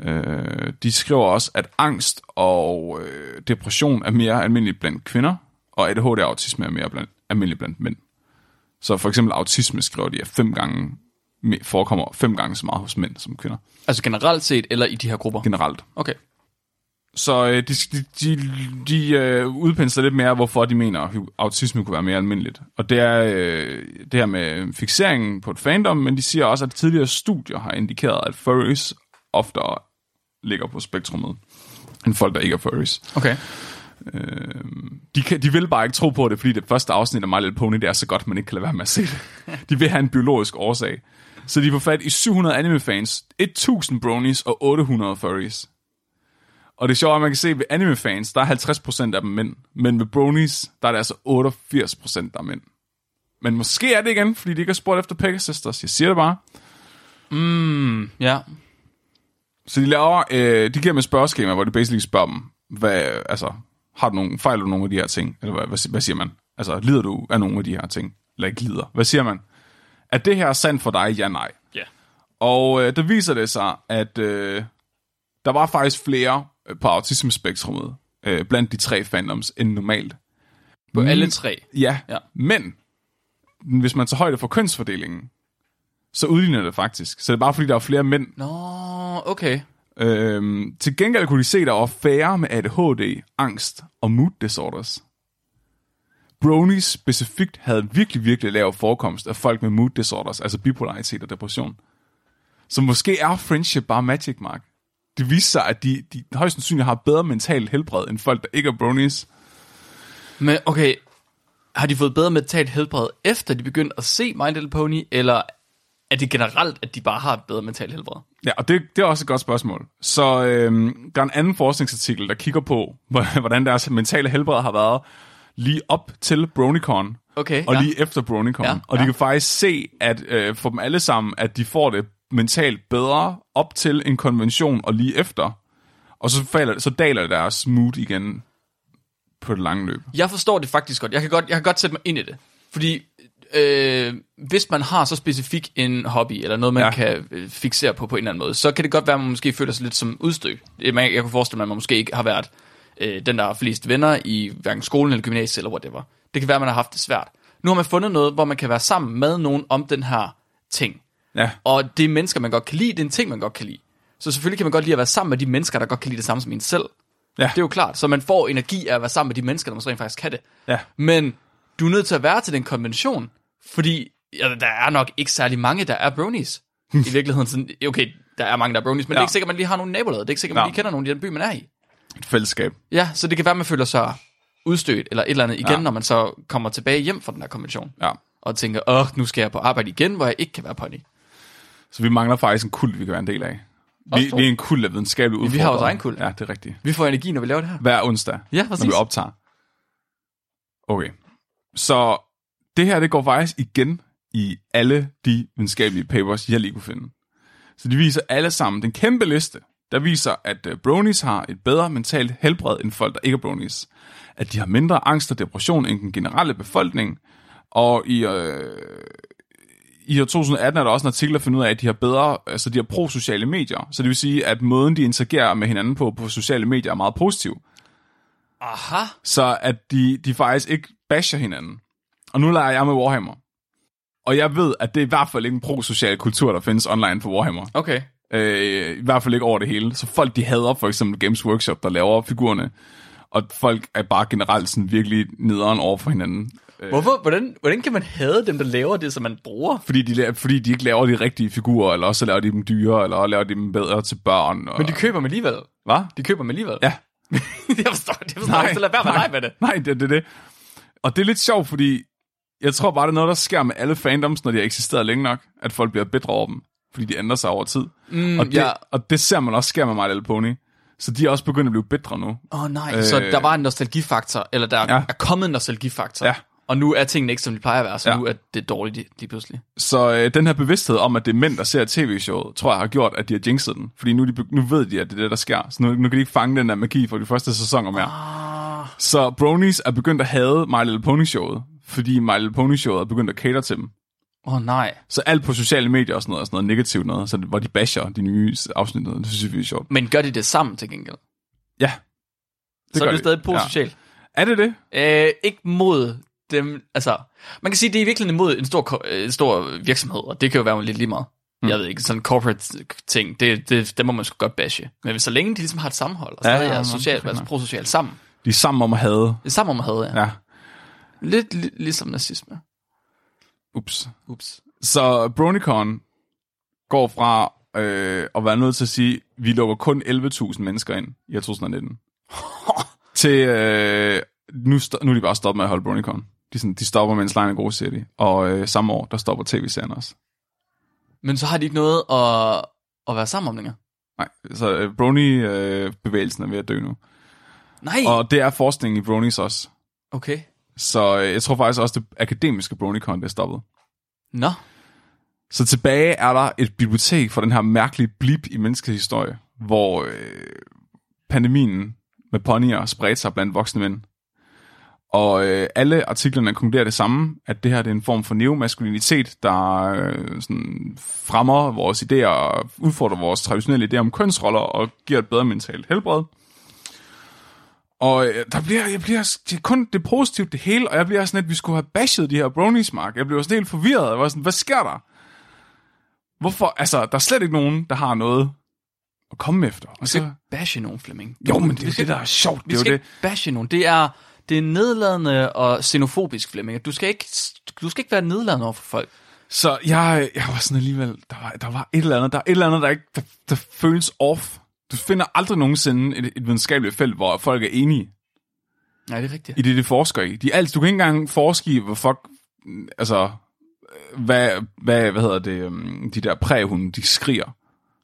Speaker 1: Øh, de skriver også, at angst og øh, depression er mere almindeligt blandt kvinder, og ADHD og autisme er mere blandt, almindeligt blandt mænd. Så for eksempel autisme, skriver de, er fem gange, me- forekommer fem gange så meget hos mænd som kvinder,
Speaker 2: Altså generelt set, eller i de her grupper?
Speaker 1: generelt.
Speaker 2: Okay.
Speaker 1: Så øh, de, de, de, de øh, udpensler lidt mere, hvorfor de mener, at autisme kunne være mere almindeligt. Og det er øh, det her med fixeringen på et fandom, men de siger også, at tidligere studier har indikeret, at furries oftere ligger på spektrummet end folk, der ikke er furries.
Speaker 2: Okay.
Speaker 1: De, kan, de vil bare ikke tro på det, fordi det første afsnit af My Little Pony, det er så godt, man ikke kan lade være med at se det. De vil have en biologisk årsag. Så de får fat i 700 anime-fans, 1000 bronies og 800 furries. Og det sjove er, at man kan se, at ved anime-fans, der er 50% af dem mænd. Men ved bronies, der er det altså 88% der er mænd. Men måske er det igen, fordi de ikke har spurgt efter Pegasisters. Jeg siger det bare.
Speaker 2: Ja.
Speaker 1: Så de laver, øh, de giver dem et spørgeskema, hvor de basically spørger dem, hvad, altså, har du nogen, fejler du nogle af de her ting? Eller hvad, hvad, hvad siger man? Altså, lider du af nogle af de her ting? Eller ikke lider? Hvad siger man? Er det her sandt for dig? Ja, nej.
Speaker 2: Ja.
Speaker 1: Og øh, der viser det sig, at øh, der var faktisk flere øh, på autismespektrummet øh, blandt de tre fandoms end normalt.
Speaker 2: På alle tre.
Speaker 1: Ja,
Speaker 2: Ja.
Speaker 1: ja, men hvis man tager højde for kønsfordelingen, så udligner det faktisk. Så det er bare fordi, der er flere mænd,
Speaker 2: Nå, okay.
Speaker 1: Øhm, til gengæld kunne de se, der var færre med ADHD, angst og mood disorders. Bronies specifikt havde virkelig, virkelig lav forekomst af folk med mood disorders, altså bipolaritet og depression. Så måske er friendship bare magic, Mark. Det viser sig, at de, de højst sandsynligt har bedre mentalt helbred, end folk, der ikke er bronies.
Speaker 2: Men okay, har de fået bedre mentalt helbred, efter de begyndte at se My Little Pony, eller er det generelt, at de bare har et bedre mentalt helbred?
Speaker 1: Ja, og det, det er også et godt spørgsmål. Så øhm, der er en anden forskningsartikel, der kigger på, hvordan deres mentale helbred har været lige op til BronyCon,
Speaker 2: Okay,
Speaker 1: og
Speaker 2: ja.
Speaker 1: lige efter BronyCon.
Speaker 2: Ja,
Speaker 1: Ja, og de
Speaker 2: ja.
Speaker 1: kan faktisk se, at øh, for dem alle sammen, at de får det mentalt bedre op til en konvention og lige efter. Og så, falder, så daler deres mood igen på det lange løb.
Speaker 2: Jeg forstår det faktisk godt. Jeg kan godt, jeg kan godt sætte mig ind i det. Fordi øh, hvis man har så specifik en hobby, eller noget, man ja.
Speaker 1: Ja.
Speaker 2: kan øh, fixere på på en eller anden måde, så kan det godt være, at man måske føler sig lidt som udstødt. Det- man- Jeg kunne forestille mig, at man måske ikke har været øh, den, der har flest venner i hverken skolen eller gymnasiet eller whatever. Det kan være, at man har haft det svært. Nu har man fundet noget, hvor man kan være sammen med nogen om den her ting.
Speaker 1: Ja,
Speaker 2: Og det er mennesker, man godt kan lide, det er en ting, man godt kan lide. Så selvfølgelig kan man godt lide at være sammen med de mennesker, der godt kan lide det samme som en selv.
Speaker 1: ja,
Speaker 2: Det er jo klart. Så man får energi af at være sammen med de mennesker, der måske rent faktisk kan det.
Speaker 1: ja.
Speaker 2: Men du er nødt til at være til den konvention, fordi ja, der er nok ikke særlig mange, der er bronies. I virkeligheden sådan, okay, der er mange, der er bronies, men ja. det er
Speaker 1: Ja.
Speaker 2: ikke sikkert, man lige har nogen nabolag. Det er ikke sikkert, man
Speaker 1: Ja.
Speaker 2: lige kender nogen i den by, man er i.
Speaker 1: Et fællesskab.
Speaker 2: Ja, så det kan være, man føler sig udstødt eller et eller andet igen, ja.
Speaker 1: Ja.
Speaker 2: når man så kommer tilbage hjem fra den her konvention.
Speaker 1: Ja.
Speaker 2: Og tænker, åh, nu skal jeg på arbejde igen, hvor jeg ikke kan være pony.
Speaker 1: Så vi mangler faktisk en kult, vi kan være en del af. Vi,
Speaker 2: Også to.
Speaker 1: vi er en kult af videnskabelige
Speaker 2: vi
Speaker 1: udfordrere.
Speaker 2: har vores egen kult.
Speaker 1: Ja, det er rigtigt.
Speaker 2: Vi får energi, når vi laver det her.
Speaker 1: Hver onsdag,
Speaker 2: Ja,
Speaker 1: når
Speaker 2: præcis.
Speaker 1: vi optager. Okay. Så det her, det går faktisk igen i alle de videnskabelige papers, jeg lige kunne finde. Så de viser alle sammen den kæmpe liste, der viser, at øh, bronies har et bedre mentalt helbred end folk, der ikke er bronies. At de har mindre angst og depression end den generelle befolkning. Og i, øh, i år 2018 er der også en artikel, der finder ud af, at de har bedre, altså de har pro-sociale medier. Så det vil sige, at måden, de interagerer med hinanden på på sociale medier er meget positiv
Speaker 2: Aha.
Speaker 1: så at de, de faktisk ikke basher hinanden. Og nu leger jeg med Warhammer. Og jeg ved, at det er i hvert fald ikke en pro-social kultur, der findes online for Warhammer.
Speaker 2: Okay.
Speaker 1: Øh, I hvert fald ikke over det hele. Så folk, de hader for eksempel Games Workshop, der laver figurerne. Og folk er bare generelt sådan virkelig nederen over for hinanden. Øh,
Speaker 2: Hvorfor, hvordan, hvordan kan man hade dem, der laver det, som man bruger?
Speaker 1: fordi, de, la- fordi de ikke laver de rigtige figurer, eller også laver de dem dyre, eller også laver de dem bedre til børn. Og...
Speaker 2: Men de køber dem alligevel.
Speaker 1: Hvad?
Speaker 2: De køber dem alligevel.
Speaker 1: Ja.
Speaker 2: jeg forstår, jeg forstår ikke, så lad være med at lege med det.
Speaker 1: Nej, det er det, er det. Og det er lidt sjovt, fordi jeg tror bare, det er noget, der sker med alle fandoms, når de har eksisteret længe nok, at folk bliver bedre over dem, fordi de ændrer sig over tid. Mm, og, det,
Speaker 2: ja.
Speaker 1: og det ser man også sker med My Little Pony. Så de er også begyndt at blive bedre nu.
Speaker 2: Åh oh, nej, øh, så der var en nostalgifaktor, eller der ja.
Speaker 1: Ja.
Speaker 2: er kommet en nostalgifaktor,
Speaker 1: Ja.
Speaker 2: og nu er tingene ikke, som de plejer at være, så ja.
Speaker 1: Ja.
Speaker 2: nu er det dårligt lige- lige pludselig.
Speaker 1: Så øh, den her bevidsthed om, at det er mænd, der ser tv-showet, tror jeg har gjort, at de har jinxet den. Fordi nu, er de, be- nu ved de, at det er det, der sker. Så nu, nu kan de ikke fange den der magi fra de første sæsoner mere.
Speaker 2: Ah.
Speaker 1: Så bronies er begyndt at have My Little Pony-showet, fordi My Little Pony-showet er begyndt at cater til dem.
Speaker 2: Åh oh, nej.
Speaker 1: Så alt på sociale medier og sådan noget, er sådan noget negativt noget, så, hvor de basher de nye afsnit, noget, det synes vi er sjovt.
Speaker 2: Men gør de det sammen til gengæld?
Speaker 1: Ja.
Speaker 2: Det så er
Speaker 1: gør
Speaker 2: det
Speaker 1: de.
Speaker 2: stadig prosocialt.
Speaker 1: Ja. Er det det?
Speaker 2: Ja. Øh, ikke mod dem, altså, man kan sige, det er virkelig imod en stor, ko- øh, en stor virksomhed, og det kan jo være lidt lige meget. Mm. Jeg ved ikke, sådan en corporate ting, det, det, det må man sgu godt bashe. Men hvis så længe de ligesom har et sammenhold, og
Speaker 1: Ja,
Speaker 2: stadig
Speaker 1: ja,
Speaker 2: er
Speaker 1: ja,
Speaker 2: socialt,
Speaker 1: fint
Speaker 2: altså
Speaker 1: nok.
Speaker 2: prosocialt sammen,
Speaker 1: De er sammen om at have.
Speaker 2: det er sammen om at have, ja.
Speaker 1: Ja.
Speaker 2: Lidt li- ligesom nazisme.
Speaker 1: Ups.
Speaker 2: Ups.
Speaker 1: Så Bronicon går fra øh, at være nødt til at sige, vi lukker kun 11.000 mennesker ind i år 2019, til øh, nu, sto- nu er de bare stoppet med at holde Bronicon. De, er sådan, de stopper, mens lejen er god, siger de. Og øh, samme år, der stopper tv-serien også.
Speaker 2: Men så har de ikke noget at, at være sammen om længere.
Speaker 1: Nej, så øh, Brony-bevægelsen er ved at dø nu.
Speaker 2: Nej,
Speaker 1: Og det er forskningen i Bronies også.
Speaker 2: okay.
Speaker 1: Så øh, jeg tror faktisk også, det akademiske Bronycon er stoppet.
Speaker 2: Nå,
Speaker 1: Så tilbage er der et bibliotek for den her mærkelige blip i menneskehistorie, hvor øh, pandemien med ponyer spredte sig blandt voksne mænd. Og øh, alle artiklerne konkluderer det samme, at det her det er en form for neomaskulinitet, der øh, sådan fremmer vores idéer og udfordrer vores traditionelle idéer om kønsroller og giver et bedre mentalt helbred. Og øh, der bliver, jeg bliver det er kun det positive det hele, og jeg bliver sådan lidt, at vi skulle have bashed de her bronies, Mark. Jeg blev sådan helt forvirret. Jeg var sådan, hvad sker der? Hvorfor? Altså, der er slet ikke nogen, der har noget at komme efter. Og
Speaker 2: vi skal
Speaker 1: så,
Speaker 2: ikke bashe nogen, Flemming.
Speaker 1: jo, men det er
Speaker 2: Vi
Speaker 1: jo
Speaker 2: skal-
Speaker 1: det, der er sjovt.
Speaker 2: Vi
Speaker 1: Det er
Speaker 2: skal
Speaker 1: jo det.
Speaker 2: ikke bashe nogen. Det er, det er nedladende og xenofobisk, Flemming. Du skal ikke, du skal ikke være nedladende over for folk.
Speaker 1: Så jeg, jeg var sådan alligevel, der var, der var et eller andet, der er et eller andet, der, ikke, der, der føles off. Du finder aldrig nogensinde et, et videnskabeligt felt, hvor folk er enige
Speaker 2: Nej, det er rigtigt.
Speaker 1: i det, de forsker i. De er alt, du kan ikke engang forske i, hvor fuck, altså, hvad, hvad, hvad hedder det, øhm, de der præhunde, de skriger,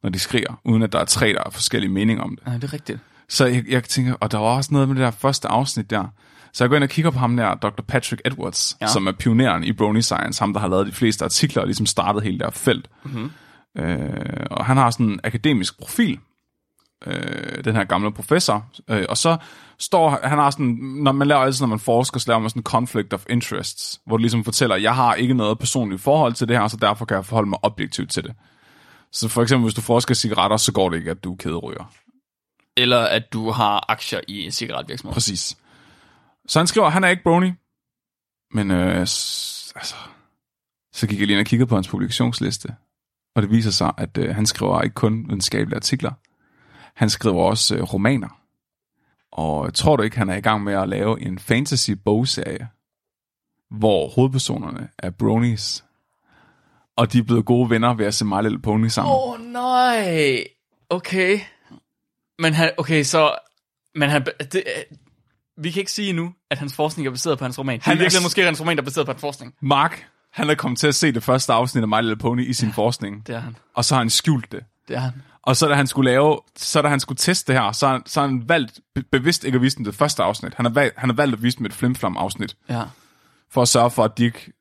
Speaker 1: når de skriger, uden at der er tre, der har forskellige meninger om det.
Speaker 2: Nej, det er rigtigt.
Speaker 1: Så jeg, jeg tænker, og der var også noget med det der første afsnit der. Så jeg går ind og kigger på ham der, Dr. Patrick Edwards,
Speaker 2: Ja.
Speaker 1: ja. som er pioneren i Brony Science, ham der har lavet de fleste artikler og ligesom startet hele det her felt. Mm-hmm. Øh, og han har sådan en akademisk profil, øh, den her gamle professor. Øh, og så står han har sådan, når man laver altid, når man forsker, så laver man sådan conflict of interests, hvor du ligesom fortæller, jeg har ikke noget personligt forhold til det her, så derfor kan jeg forholde mig objektivt til det. Så for eksempel, hvis du forsker i cigaretter, så går det ikke, at du er kæderyger.
Speaker 2: Eller at du har aktier i en cigaretvirksomhed.
Speaker 1: Præcis. Så han skriver, at han er ikke brony. Men øh, s- altså, så gik jeg lige ind og kiggede på hans publikationsliste. Og det viser sig, at øh, han skriver ikke kun videnskabelige artikler. Han skriver også øh, romaner. Og tror du ikke, han er i gang med at lave en fantasy-bogserie, hvor hovedpersonerne er bronies, og de er blevet gode venner ved at se My Little Pony sammen.
Speaker 2: Åh, oh, nej. Okay. Men han, okay, så... Men han, det, vi kan ikke sige nu, at hans forskning er baseret på hans roman. Han
Speaker 1: Han
Speaker 2: det
Speaker 1: er
Speaker 2: er virkelig
Speaker 1: s-
Speaker 2: måske hans roman, der er baseret på hans forskning.
Speaker 1: Mark, han er kommet til at se det første afsnit af My Little Pony i sin forskning,
Speaker 2: Det er han.
Speaker 1: og så har han skjult det.
Speaker 2: Det er han.
Speaker 1: Og så da han skulle lave, så da han skulle teste det her, så, har- så har han valgt be- bevidst ikke at vise dem det første afsnit. Han har, valgt, han har valgt at vise dem et flimflam afsnit,
Speaker 2: Ja.
Speaker 1: for at sørge for, at, de ikke,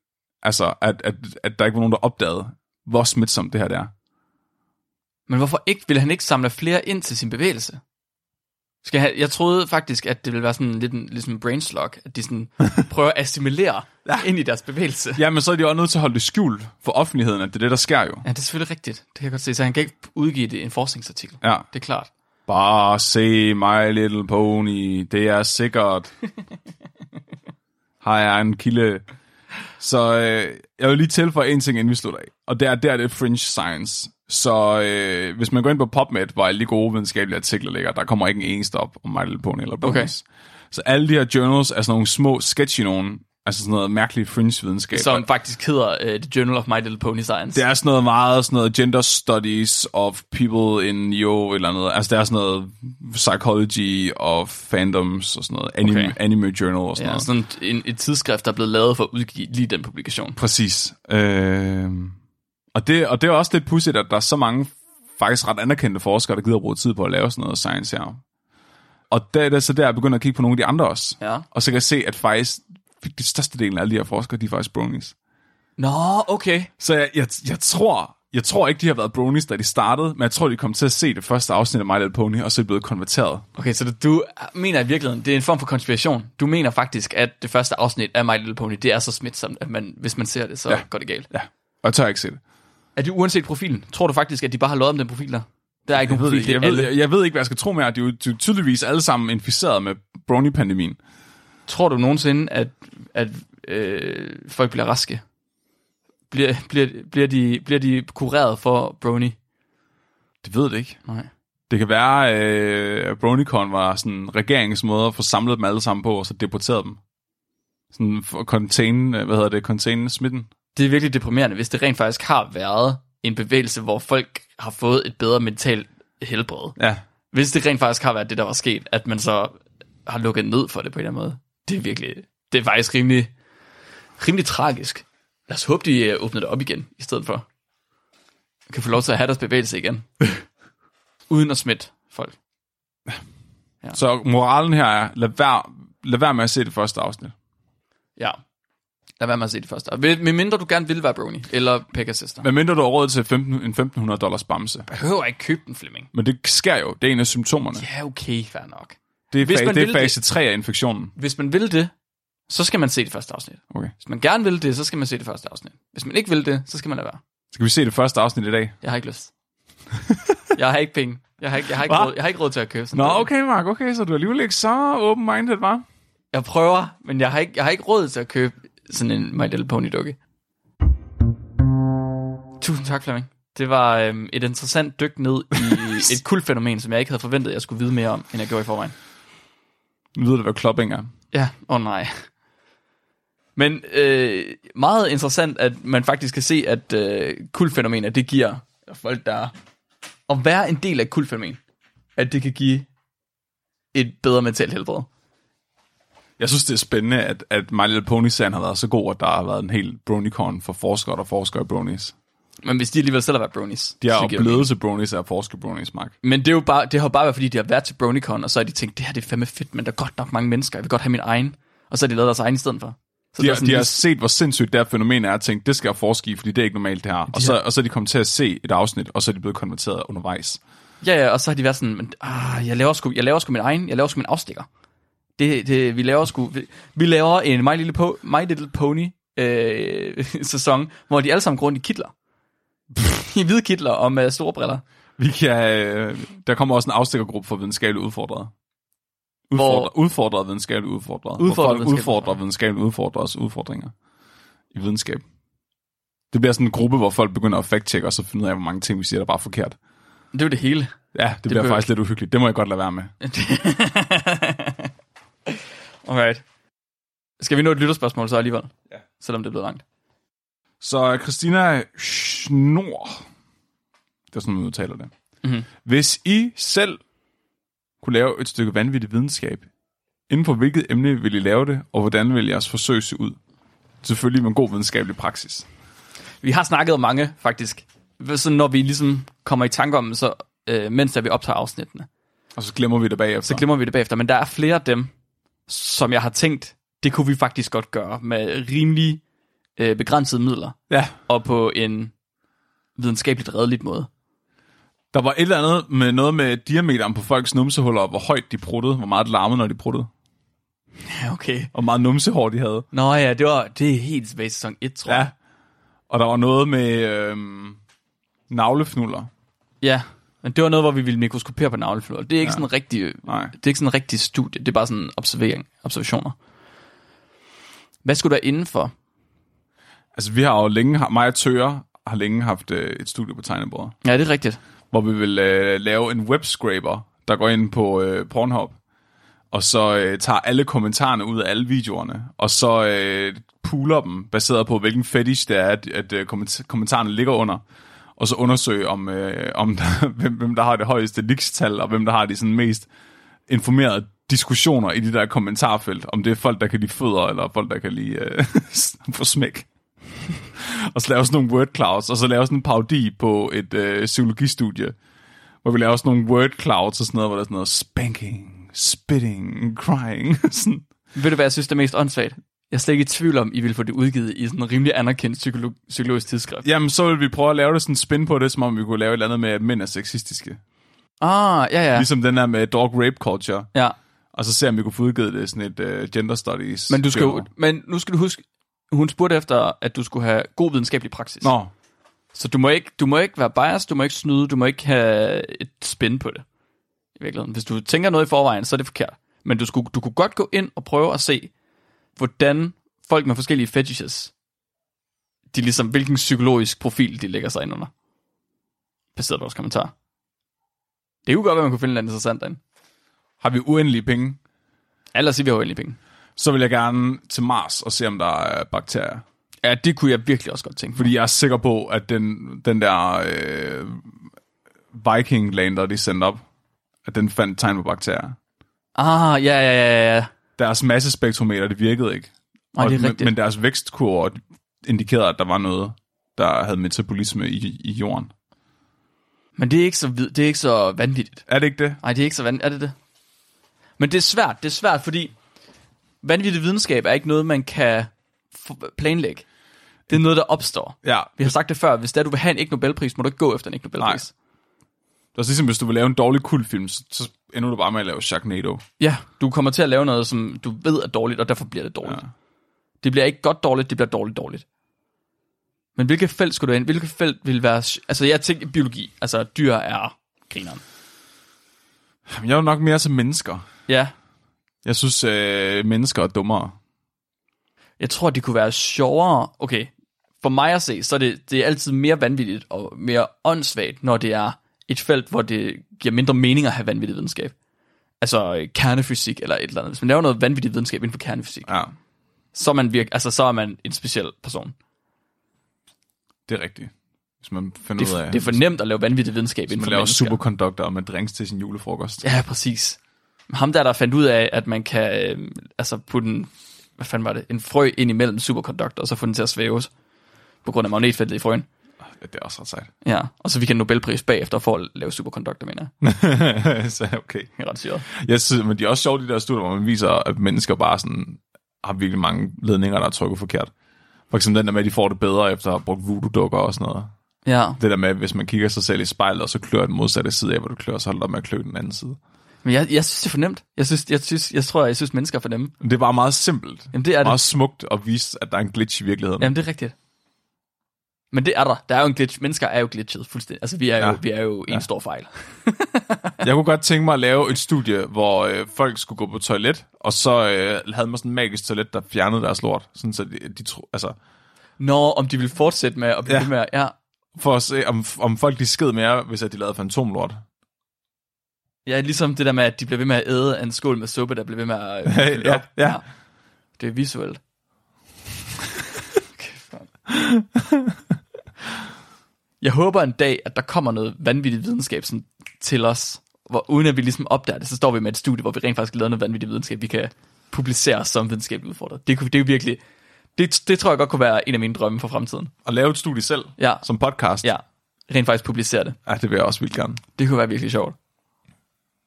Speaker 1: altså, at, at, at der ikke var nogen, der opdagede, hvor smitsomt det her det er.
Speaker 2: Men hvorfor ikke, vil han ikke samle flere ind til sin bevægelse? Skal han, jeg troede faktisk, at det ville være sådan lidt en, ligesom en brain slug, at de sådan prøver at assimilere ja. ind i deres bevægelse.
Speaker 1: Ja, men så er de også nødt til at holde det skjult for offentligheden, at det er det, der sker jo.
Speaker 2: Ja, det er selvfølgelig rigtigt. Det kan jeg godt se. Så han kan ikke udgive det i en forskningsartikel.
Speaker 1: Ja.
Speaker 2: Det er klart.
Speaker 1: Bare se My Little Pony, det er sikkert. Har jeg en kilde. Så øh, jeg vil lige tilføje en ting, inden vi slutter af. Og det er, der er det fringe science. Så øh, hvis man går ind på PubMed, hvor alle de gode videnskabelige artikler ligger, der kommer ikke en eneste op om My Little Pony eller Ponies.
Speaker 2: Okay.
Speaker 1: Okay. Så alle de her journals er sådan nogle små sketchy nogen. Altså sådan noget mærkeligt fringe-videnskab.
Speaker 2: Som faktisk hedder uh, The Journal of My Little Pony Science.
Speaker 1: Det er sådan noget meget sådan noget gender studies of people in Neo eller noget. Altså der er sådan noget psychology of fandoms og sådan noget. Anime,
Speaker 2: Okay.
Speaker 1: okay. anime journal og sådan ja,
Speaker 2: Ja,
Speaker 1: noget.
Speaker 2: sådan en, et tidsskrift, der er blevet lavet for at udgive lige den publikation.
Speaker 1: Præcis. Øh, og, det, og det er også lidt pudsigt, at der er så mange faktisk ret anerkendte forskere, der gider bruge tid på at lave sådan noget science her. Og der er det så der, jeg begynder at kigge på nogle af de andre også.
Speaker 2: Ja.
Speaker 1: Og så kan jeg se, at faktisk de største del af alle de her forskere, de er faktisk bronies.
Speaker 2: Nå, okay.
Speaker 1: Så jeg, jeg, jeg tror... Jeg tror ikke, de har været bronies, da de startede, men jeg tror, de kom til at se det første afsnit af My Little Pony, og så er de blevet konverteret.
Speaker 2: Okay, så det- du mener i virkeligheden, det er en form for konspiration. Du mener faktisk, at det første afsnit af My Little Pony, det er så smitsomt, at man, hvis man ser det, så ja. går det galt.
Speaker 1: Ja, og jeg tør ikke se det.
Speaker 2: Er det uanset profilen? Tror du faktisk, at de bare har lavet om den profil der? Der er ikke
Speaker 1: Jeg
Speaker 2: nogen
Speaker 1: ved,
Speaker 2: profil,
Speaker 1: ikke, jeg,
Speaker 2: det er
Speaker 1: ved,
Speaker 2: alle.
Speaker 1: jeg, jeg ved ikke, hvad jeg skal tro med, at de er jo ty- tydeligvis alle sammen inficeret med brony-pandemien.
Speaker 2: Tror du nogensinde, at, at øh, folk bliver raske? Bliver, bliver, bliver, de, bliver de kureret for brony?
Speaker 1: Det ved det ikke.
Speaker 2: Nej.
Speaker 1: Det kan være, øh, at BronyCon var sådan regeringens måde at få samlet dem alle sammen på, og så deporteret dem. Sådan for at contain, øh, hvad hedder det, contain smitten.
Speaker 2: det er virkelig deprimerende, hvis det rent faktisk har været en bevægelse, hvor folk har fået et bedre mentalt helbred.
Speaker 1: Ja.
Speaker 2: Hvis det rent faktisk har været det, der var sket, at man så har lukket ned for det på en eller anden måde. Det er virkelig, det er faktisk rimelig, rimelig tragisk. Lad os håbe, de øh, åbner det op igen, i stedet for. kan få lov til at have deres bevægelse igen. Uden at smitte folk.
Speaker 1: Så moralen her er, lad være, lad være med at se det første afsnit.
Speaker 2: Ja. Lad være med at se det første. Og ved- Medmindre du gerne vil være Brony eller Pegasus. Man
Speaker 1: Hvad mindre du har råd til 15, en 1500 dollars bamse.
Speaker 2: behøver ikke købe den, Flemming.
Speaker 1: Men det sker jo. Det er en af symptomerne.
Speaker 2: Ja, okay, fair nok.
Speaker 1: Det er,
Speaker 2: Hvis
Speaker 1: fa-
Speaker 2: man
Speaker 1: det er
Speaker 2: vil
Speaker 1: fase 3 af infektionen.
Speaker 2: Hvis man vil det, så skal man se det første afsnit.
Speaker 1: Okay.
Speaker 2: Hvis man gerne vil det, så skal man se det første afsnit. Hvis man ikke vil det, så skal man lade være.
Speaker 1: Skal vi se det første afsnit i dag?
Speaker 2: Jeg har ikke lyst. jeg har ikke penge. Jeg har ikke, jeg har ikke,
Speaker 1: Hva?
Speaker 2: råd, jeg har ikke råd til at købe sådan
Speaker 1: Nå,
Speaker 2: noget.
Speaker 1: okay, Mark. Okay, så du er alligevel ikke så open-minded, var?
Speaker 2: Jeg prøver, men jeg har, ikke, jeg har ikke råd til at købe sådan en My Little Pony-dukke. Tusind tak, Flemming. Det var øhm, et interessant dyk ned i et kultfænomen, som jeg ikke havde forventet, jeg skulle vide mere om, end jeg gjorde i forvejen.
Speaker 1: Nu ved du, hvad klopping er.
Speaker 2: Ja, åh oh nej. Men øh, meget interessant, at man faktisk kan se, at øh, kultfænomener, det giver folk, der at være en del af et kultfænomen, at det kan give et bedre mentalt helbred.
Speaker 1: Jeg synes, det er spændende, at, at My Little pony serien har været så god, at der har været en hel bronycon for forskere, der forsker i bronies.
Speaker 2: Men hvis de alligevel selv har været bronies,
Speaker 1: De
Speaker 2: så
Speaker 1: har jo
Speaker 2: giver det
Speaker 1: blevet til bronies af at forske i bronies, Mark.
Speaker 2: Men det, er jo bare, det har jo bare været, fordi de har været til BronyCon, og så har de tænkt, det her det er fandme fedt, men der er godt nok mange mennesker, jeg vil godt have min egen. Og så har de lavet deres egen i stedet for.
Speaker 1: De
Speaker 2: Så det
Speaker 1: har,
Speaker 2: er sådan
Speaker 1: de
Speaker 2: en
Speaker 1: har
Speaker 2: lille-
Speaker 1: set, hvor sindssygt det her fænomen er, og tænkt, det skal jeg forske i, fordi det er ikke normalt det her. Og, så, og så er de kommet til at se et afsnit, og så er de blevet konverteret undervejs.
Speaker 2: Ja, ja, og så har de været sådan, men, ah, jeg, laver sgu, jeg laver sgu min egen, jeg laver sgu min afstikker. Det, det, vi laver sgu, vi, vi laver en My Little, po- My Little Pony øh, sæson, hvor de alle sammen går rundt i kitler. I hvide kitler og med store briller.
Speaker 1: Vi kan, øh, der kommer også en afstikkergruppe for videnskabelige udfordrere. Udfordre,
Speaker 2: Hvor-
Speaker 1: Udfordrede videnskabelige udfordrere. Udfordrede hvor
Speaker 2: Udfordrede
Speaker 1: folk
Speaker 2: videnskabelige
Speaker 1: udfordrer
Speaker 2: udfordrere.
Speaker 1: videnskabelige udfordreres udfordringer i videnskab. Det bliver sådan en gruppe, hvor folk begynder at fact-checke os og finde ud af, hvor mange ting, vi siger, der bare er forkert.
Speaker 2: Det er jo det hele.
Speaker 1: Ja, det, det bliver
Speaker 2: behøver-
Speaker 1: faktisk lidt uhyggeligt. Det må jeg godt lade være med.
Speaker 2: Alright. Skal vi nå et lytterspørgsmål så alligevel?
Speaker 1: Ja.
Speaker 2: Selvom det er blevet langt.
Speaker 1: Så Christina Schnor, det er sådan, man udtaler det.
Speaker 2: Mhm.
Speaker 1: Hvis I selv kunne lave et stykke vanvittig videnskab, inden for hvilket emne vil I lave det, og hvordan vil jeres forsøg se ud? Selvfølgelig med en god videnskabelig praksis.
Speaker 2: Vi har snakket om mange, faktisk. Så når vi ligesom kommer i tanke om dem, så, øh, mens at vi optager afsnittene,
Speaker 1: Og så glemmer vi det bagefter.
Speaker 2: så glemmer vi det bagefter. Men der er flere af dem, som jeg har tænkt, det kunne vi faktisk godt gøre med rimelig øh, begrænsede midler,
Speaker 1: ja,
Speaker 2: og på en videnskabeligt redeligt måde.
Speaker 1: der var et eller andet med noget med diameteren på folks numsehuller, og hvor højt de pruttede, hvor meget det larmede, når de pruttede,
Speaker 2: Ja, okay.
Speaker 1: og hvor meget numsehår de havde.
Speaker 2: Nå ja, det, var, det er helt tilbage i sæson 1, tror
Speaker 1: Ja.
Speaker 2: jeg.
Speaker 1: Og der var noget med øhm, navlefnuller.
Speaker 2: Ja, men det var noget, hvor vi ville mikroskopere på navleflor. Det er ikke
Speaker 1: Ja.
Speaker 2: ja. sådan en rigtig,
Speaker 1: Nej.
Speaker 2: det er ikke sådan en rigtig studie, det er bare sådan observering, observationer. Hvad skulle der være indenfor?
Speaker 1: Altså, vi har jo længe, mig og Tøger har længe haft øh, et studie på tegnebordet,
Speaker 2: Ja, det er rigtigt.
Speaker 1: hvor vi vil øh, lave en webscraper, der går ind på øh, Pornhub, og så øh, tager alle kommentarerne ud af alle videoerne, og så øh, pooler dem, baseret på, hvilken fetish det er, at, at øh, komment- kommentarerne ligger under, og så undersøge, om, øh, om der, hvem, hvem der har det højeste likstal, og hvem der har de sådan mest informerede diskussioner i de der kommentarfelt, om det er folk, der kan lide fødder, eller folk, der kan lide øh, få smæk og så lave sådan nogle word clouds, og så lave sådan en parodi på et øh, psykologistudie, hvor vi laver sådan nogle word clouds og sådan noget, hvor der er sådan noget spanking, spitting, crying, sådan.
Speaker 2: Ved du, hvad jeg synes, det er mest åndssvagt? Jeg er slet ikke i tvivl om, I vil få det udgivet i sådan en rimelig anerkendt psykolog, psykologisk tidsskrift.
Speaker 1: Jamen, så vil vi prøve at lave det sådan spin på det, som om vi kunne lave et eller andet med, at mænd er sexistiske.
Speaker 2: Ah, ja, ja.
Speaker 1: Ligesom den der med dog rape culture.
Speaker 2: ja.
Speaker 1: Og så se, om vi kunne få udgivet det i sådan et uh, gender studies.
Speaker 2: Men, du skal jo,
Speaker 1: journal.
Speaker 2: men nu skal du huske, hun spurgte efter, at du skulle have god videnskabelig praksis.
Speaker 1: Nå,
Speaker 2: Så du må, ikke, du må ikke være biased, du må ikke snyde, du må ikke have et spin på det. I virkeligheden. Hvis du tænker noget i forvejen, så er det forkert. Men du, skulle, du kunne godt gå ind og prøve at se, hvordan folk med forskellige fetishes, de ligesom, hvilken psykologisk profil de lægger sig ind under. Baseret på vores kommentar. Det kunne godt være, man kunne finde noget interessant derinde.
Speaker 1: har vi uendelige penge,
Speaker 2: Ellers siger vi har uendelige penge.
Speaker 1: så vil jeg gerne til Mars og se, om der er bakterier.
Speaker 2: Ja, det kunne jeg virkelig også godt tænke. Fordi
Speaker 1: Fordi jeg er sikker på, at den, den der øh, Viking lander, de sendte op, at den fandt tegn på bakterier.
Speaker 2: ah, ja, ja, ja, ja, ja.
Speaker 1: Deres massespektrometer, det virkede ikke.
Speaker 2: Nej, det er
Speaker 1: Og- men,
Speaker 2: rigtigt.
Speaker 1: men deres vækstkurve indikerede, at der var noget, der havde metabolisme i, i jorden.
Speaker 2: Men det er ikke så, vid- det er ikke så vanvittigt.
Speaker 1: Er det ikke det?
Speaker 2: Nej, det er ikke så vanvittigt. Er det det? Men det er svært. Det er svært, fordi vanvittig videnskab er ikke noget, man kan f- planlægge. Det er noget, der opstår.
Speaker 1: Ja.
Speaker 2: Vi har sagt det før. Hvis det er, du vil have en ikke Nobelpris, må du ikke gå efter en ikke Nobelpris.
Speaker 1: Det er også ligesom, hvis du vil lave en dårlig kultfilm, så- så ender du bare med at lave Sharknado.
Speaker 2: Ja, du kommer til at lave noget, som du ved er dårligt, og derfor bliver det dårligt. Ja.
Speaker 1: Ja.
Speaker 2: Det bliver ikke godt dårligt, det bliver dårligt dårligt. Men hvilke felt skulle du ind? Hvilke felt vil være... sj- Altså, jeg tænkte biologi. Altså, dyr er grineren.
Speaker 1: Jamen, jeg er jo nok mere som mennesker.
Speaker 2: Ja,
Speaker 1: Jeg synes, øh, mennesker er dummere.
Speaker 2: jeg tror, det kunne være sjovere... Okay, for mig at se, så er det, det er altid mere vanvittigt og mere åndssvagt, når det er et felt, hvor det giver mindre mening at have vanvittig videnskab. Altså øh, kernefysik eller et eller andet. Hvis man laver noget vanvittig videnskab inden for kernefysik,
Speaker 1: Ja,
Speaker 2: så er man, virke, altså, så er man en speciel person.
Speaker 1: det er rigtigt. Hvis man finder
Speaker 2: Det,
Speaker 1: ud
Speaker 2: er-
Speaker 1: af,
Speaker 2: det er for nemt at lave vanvittig videnskab inden
Speaker 1: man
Speaker 2: for
Speaker 1: laver
Speaker 2: mennesker.
Speaker 1: superkonduktor, og man drinks til sin julefrokost.
Speaker 2: Ja, præcis. Ham der, der fandt ud af, at man kan øh, altså putte en, hvad fanden var det, en frø ind imellem superkonduktor, og så få den til at svæve på grund af magnetfeltet i frøen.
Speaker 1: Ja, det er også ret sejt.
Speaker 2: Ja, og så vi kan Nobelpris bagefter for at lave superkonduktor, mener jeg.
Speaker 1: så okay.
Speaker 2: jeg. er ret sikker.
Speaker 1: Jeg synes, men de er også sjovt, de der studier, hvor man viser, at mennesker bare sådan, har virkelig mange ledninger, der er trykket forkert. For eksempel den der med, at de får det bedre efter at have brugt voodoo-dukker og sådan noget.
Speaker 2: Ja,
Speaker 1: Det der med, at hvis man kigger sig selv i spejlet, og så klør den modsatte side af, hvor du klør, så holder du op med at klø den anden side.
Speaker 2: men jeg, jeg synes, det er for nemt. Jeg, synes, jeg, synes, jeg tror, jeg synes, mennesker er for nemme.
Speaker 1: Men det er bare meget simpelt.
Speaker 2: Jamen, det er det.
Speaker 1: Meget smukt at vise, at der er en glitch i virkeligheden.
Speaker 2: Jamen, det er rigtigt. Men det er der. Der er jo en glitch. Mennesker er jo glitchet fuldstændig. Altså, vi er jo,
Speaker 1: Ja.
Speaker 2: ja. vi er jo en ja. stor fejl.
Speaker 1: Jeg kunne godt tænke mig at lave et studie, hvor øh, folk skulle gå på toilet, og så øh, havde man sådan en magisk toilet, der fjernede deres lort. Sådan så de, de tro, altså,
Speaker 2: Nå, om de vil fortsætte med at blive
Speaker 1: Ja.
Speaker 2: ja. med at- Ja,
Speaker 1: for at se, om, om folk de sked mere, hvis at de lavede fantomlort.
Speaker 2: Ja, ligesom det der med, at de bliver ved med at æde af en skål med suppe, der bliver ved med at øh, fylde
Speaker 1: Ja,
Speaker 2: op.
Speaker 1: ja.
Speaker 2: Det er visuelt. Kæft, mand. Jeg håber en dag, at der kommer noget vanvittig videnskab sådan, til os, hvor uden at vi ligesom opdager det, så står vi med et studie, hvor vi rent faktisk laver noget vanvittig videnskab, vi kan publicere os som videnskabeligt udfordret. Det, kunne, det er jo virkelig, det, det tror jeg godt kunne være en af mine drømme for fremtiden.
Speaker 1: Og lave et studie selv,
Speaker 2: Ja.
Speaker 1: som podcast.
Speaker 2: Ja, rent faktisk publicere det.
Speaker 1: ja. det vil jeg også vildt gerne.
Speaker 2: Det kunne være virkelig sjovt.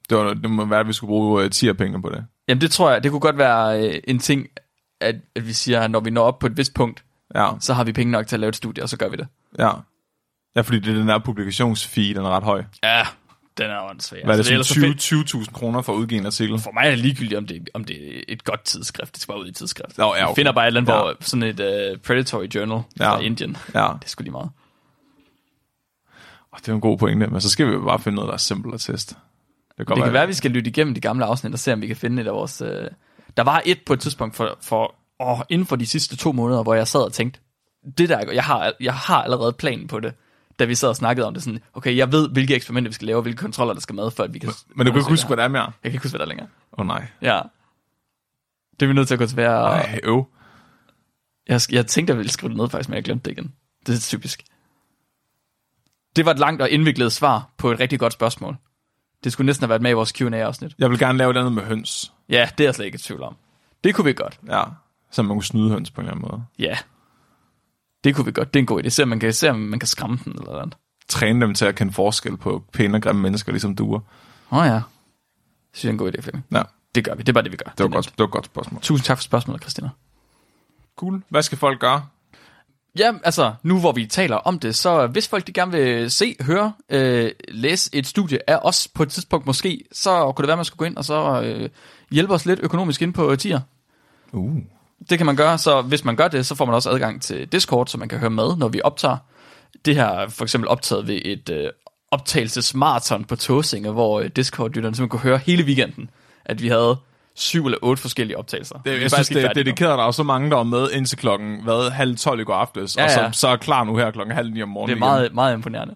Speaker 1: Det, var, det må være, at vi skulle bruge øh, 10 penge på det.
Speaker 2: Jamen det tror jeg, det kunne godt være øh, en ting, at, at vi siger, at når vi når op på et vist punkt,
Speaker 1: Ja,
Speaker 2: så har vi penge nok til at lave et studie, og så gør vi det.
Speaker 1: ja. Ja, fordi det, den der publikationsfee, den er ret høj.
Speaker 2: Ja, den Altså, er åndssvag.
Speaker 1: Hvad er det,
Speaker 2: ellers så
Speaker 1: sådan 20
Speaker 2: fedt.
Speaker 1: 20.000 kroner for at udgive en artikel?
Speaker 2: For mig er det ligegyldigt, om det, om det er et godt tidsskrift. Det skal bare ud i et tidsskrift.
Speaker 1: Nå, ja,
Speaker 2: Jeg
Speaker 1: okay.
Speaker 2: finder bare et eller andet,
Speaker 1: Ja.
Speaker 2: hvor sådan et uh, predatory journal
Speaker 1: Ja.
Speaker 2: ja. fra Indien.
Speaker 1: Ja,
Speaker 2: Det er sgu lige meget.
Speaker 1: og det er jo en god pointe, men så skal vi jo bare finde noget, der er simpelt at teste. Det,
Speaker 2: Det kan være, at vi skal lytte igennem de gamle afsnit og se, om vi kan finde et af vores... Øh... Der var et på et tidspunkt for, for åh, inden for de sidste to måneder, hvor jeg sad og tænkte, det der, jeg har, jeg har allerede planen på det, da vi sad og snakkede om det. Sådan, okay, jeg ved, hvilke eksperimenter vi skal lave, og hvilke kontroller, der skal med, før at vi kan...
Speaker 1: Men du kan ikke
Speaker 2: undersøge
Speaker 1: huske,
Speaker 2: det
Speaker 1: hvad det er mere.
Speaker 2: her. Jeg kan ikke huske, hvad der er længere.
Speaker 1: Åh oh, nej.
Speaker 2: Ja. Det er vi nødt til at gå tilbage og...
Speaker 1: Ej, øv.
Speaker 2: Jeg, jeg tænkte, jeg ville skrive det ned faktisk, men jeg glemte det igen. Det er typisk. Det var et langt og indviklet svar på et rigtig godt spørgsmål. Det skulle næsten have været med i vores Q&A-afsnit.
Speaker 1: Jeg vil gerne lave et andet med høns.
Speaker 2: Ja, det er jeg slet ikke i tvivl om. Det kunne vi godt.
Speaker 1: Ja. Så man kunne snyde høns på en eller anden måde.
Speaker 2: Ja. Det kunne vi godt. Det er en god idé. Se om man kan, se, om man kan skræmme den eller noget.
Speaker 1: Træne dem til at kende forskel på pæne og grimme mennesker, ligesom duer.
Speaker 2: Åh oh, ja. Det synes jeg er en god idé, Flemming.
Speaker 1: Ja,
Speaker 2: Det gør vi. Det er bare det, vi gør.
Speaker 1: det var,
Speaker 2: er
Speaker 1: godt,
Speaker 2: nemt.
Speaker 1: det var et godt spørgsmål.
Speaker 2: Tusind tak for spørgsmålet, Christina.
Speaker 1: Cool. Hvad skal folk gøre?
Speaker 2: Ja, altså, nu hvor vi taler om det, så hvis folk de gerne vil se, høre, øh, læse et studie af os på et tidspunkt måske, så kunne det være, man skulle gå ind og så øh, hjælpe os lidt økonomisk ind på tier.
Speaker 1: Uh.
Speaker 2: Det kan man gøre, så hvis man gør det, så får man også adgang til Discord, så man kan høre med, når vi optager. Det her er for eksempel optaget ved et øh, optagelsesmarathon på Tåsinge, hvor øh, Discord-lytterne simpelthen kunne høre hele weekenden, at vi havde syv eller otte forskellige optagelser.
Speaker 1: Det,
Speaker 2: Vi er
Speaker 1: jeg synes,
Speaker 2: faktisk ikke
Speaker 1: det er
Speaker 2: færdige nu.
Speaker 1: dedikeret, der er jo så mange, der var med indtil klokken hvad, halv tolv i går aftes, ja,
Speaker 2: Ja,
Speaker 1: og
Speaker 2: ja.
Speaker 1: som så er klar nu her klokken halv ni om
Speaker 2: Det
Speaker 1: morgenen.
Speaker 2: er meget, meget imponerende.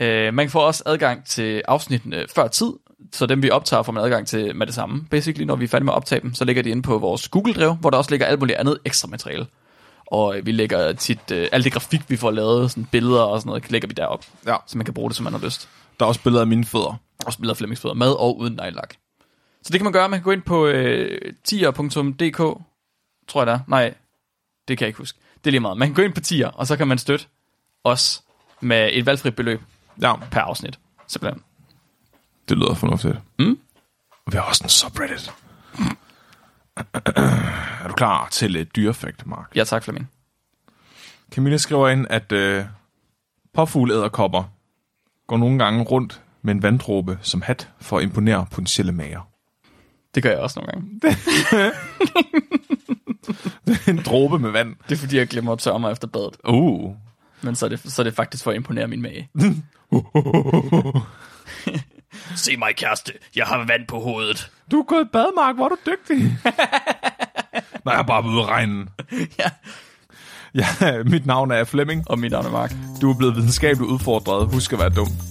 Speaker 2: Øh, man får også adgang til afsnittene før tid, så dem vi optager får man adgang til med det samme. Basically, når vi er færdige med at optage dem, så ligger de inde på vores Google-drev, hvor der også ligger alt muligt andet ekstra materiale. Og øh, vi lægger tit øh, alt det grafik, vi får lavet, sådan billeder og sådan noget, lægger vi derop.
Speaker 1: Ja.
Speaker 2: Så man kan bruge det, som man har lyst.
Speaker 1: Der er også billeder af mine fødder.
Speaker 2: Og spiller Flemmings fødder med og uden nejlak. Så det kan man gøre. Man kan gå ind på øh, tier.dk, tror jeg der. Nej, det kan jeg ikke huske. Det er lige meget. Man kan gå ind på tier, og så kan man støtte os med et valgfrit beløb.
Speaker 1: Ja,
Speaker 2: per afsnit. Simpelthen.
Speaker 1: det lyder fornuftigt.
Speaker 2: Mm.
Speaker 1: Og vi har også en subreddit. er du klar til et dyrefakt, Mark?
Speaker 2: Ja, tak Flemming.
Speaker 1: Camilla skriver ind, at øh, påfugleæderkopper går nogle gange rundt med en vanddråbe som hat for at imponere potentielle mager.
Speaker 2: Det gør jeg også nogle gange.
Speaker 1: en dråbe med vand.
Speaker 2: Det er fordi, jeg glemmer at tørre mig efter badet.
Speaker 1: Uh.
Speaker 2: Men så er det, så er det faktisk for at imponere min mage. Se mig, kæreste. Jeg har vand på hovedet.
Speaker 1: Du er gået i bad, Mark. Hvor er du dygtig. Nej, jeg er bare ude i regnen.
Speaker 2: Ja.
Speaker 1: Ja, mit navn er Flemming.
Speaker 2: Og mit navn er Mark.
Speaker 1: Du er blevet videnskabeligt udfordret. Husk at være dum.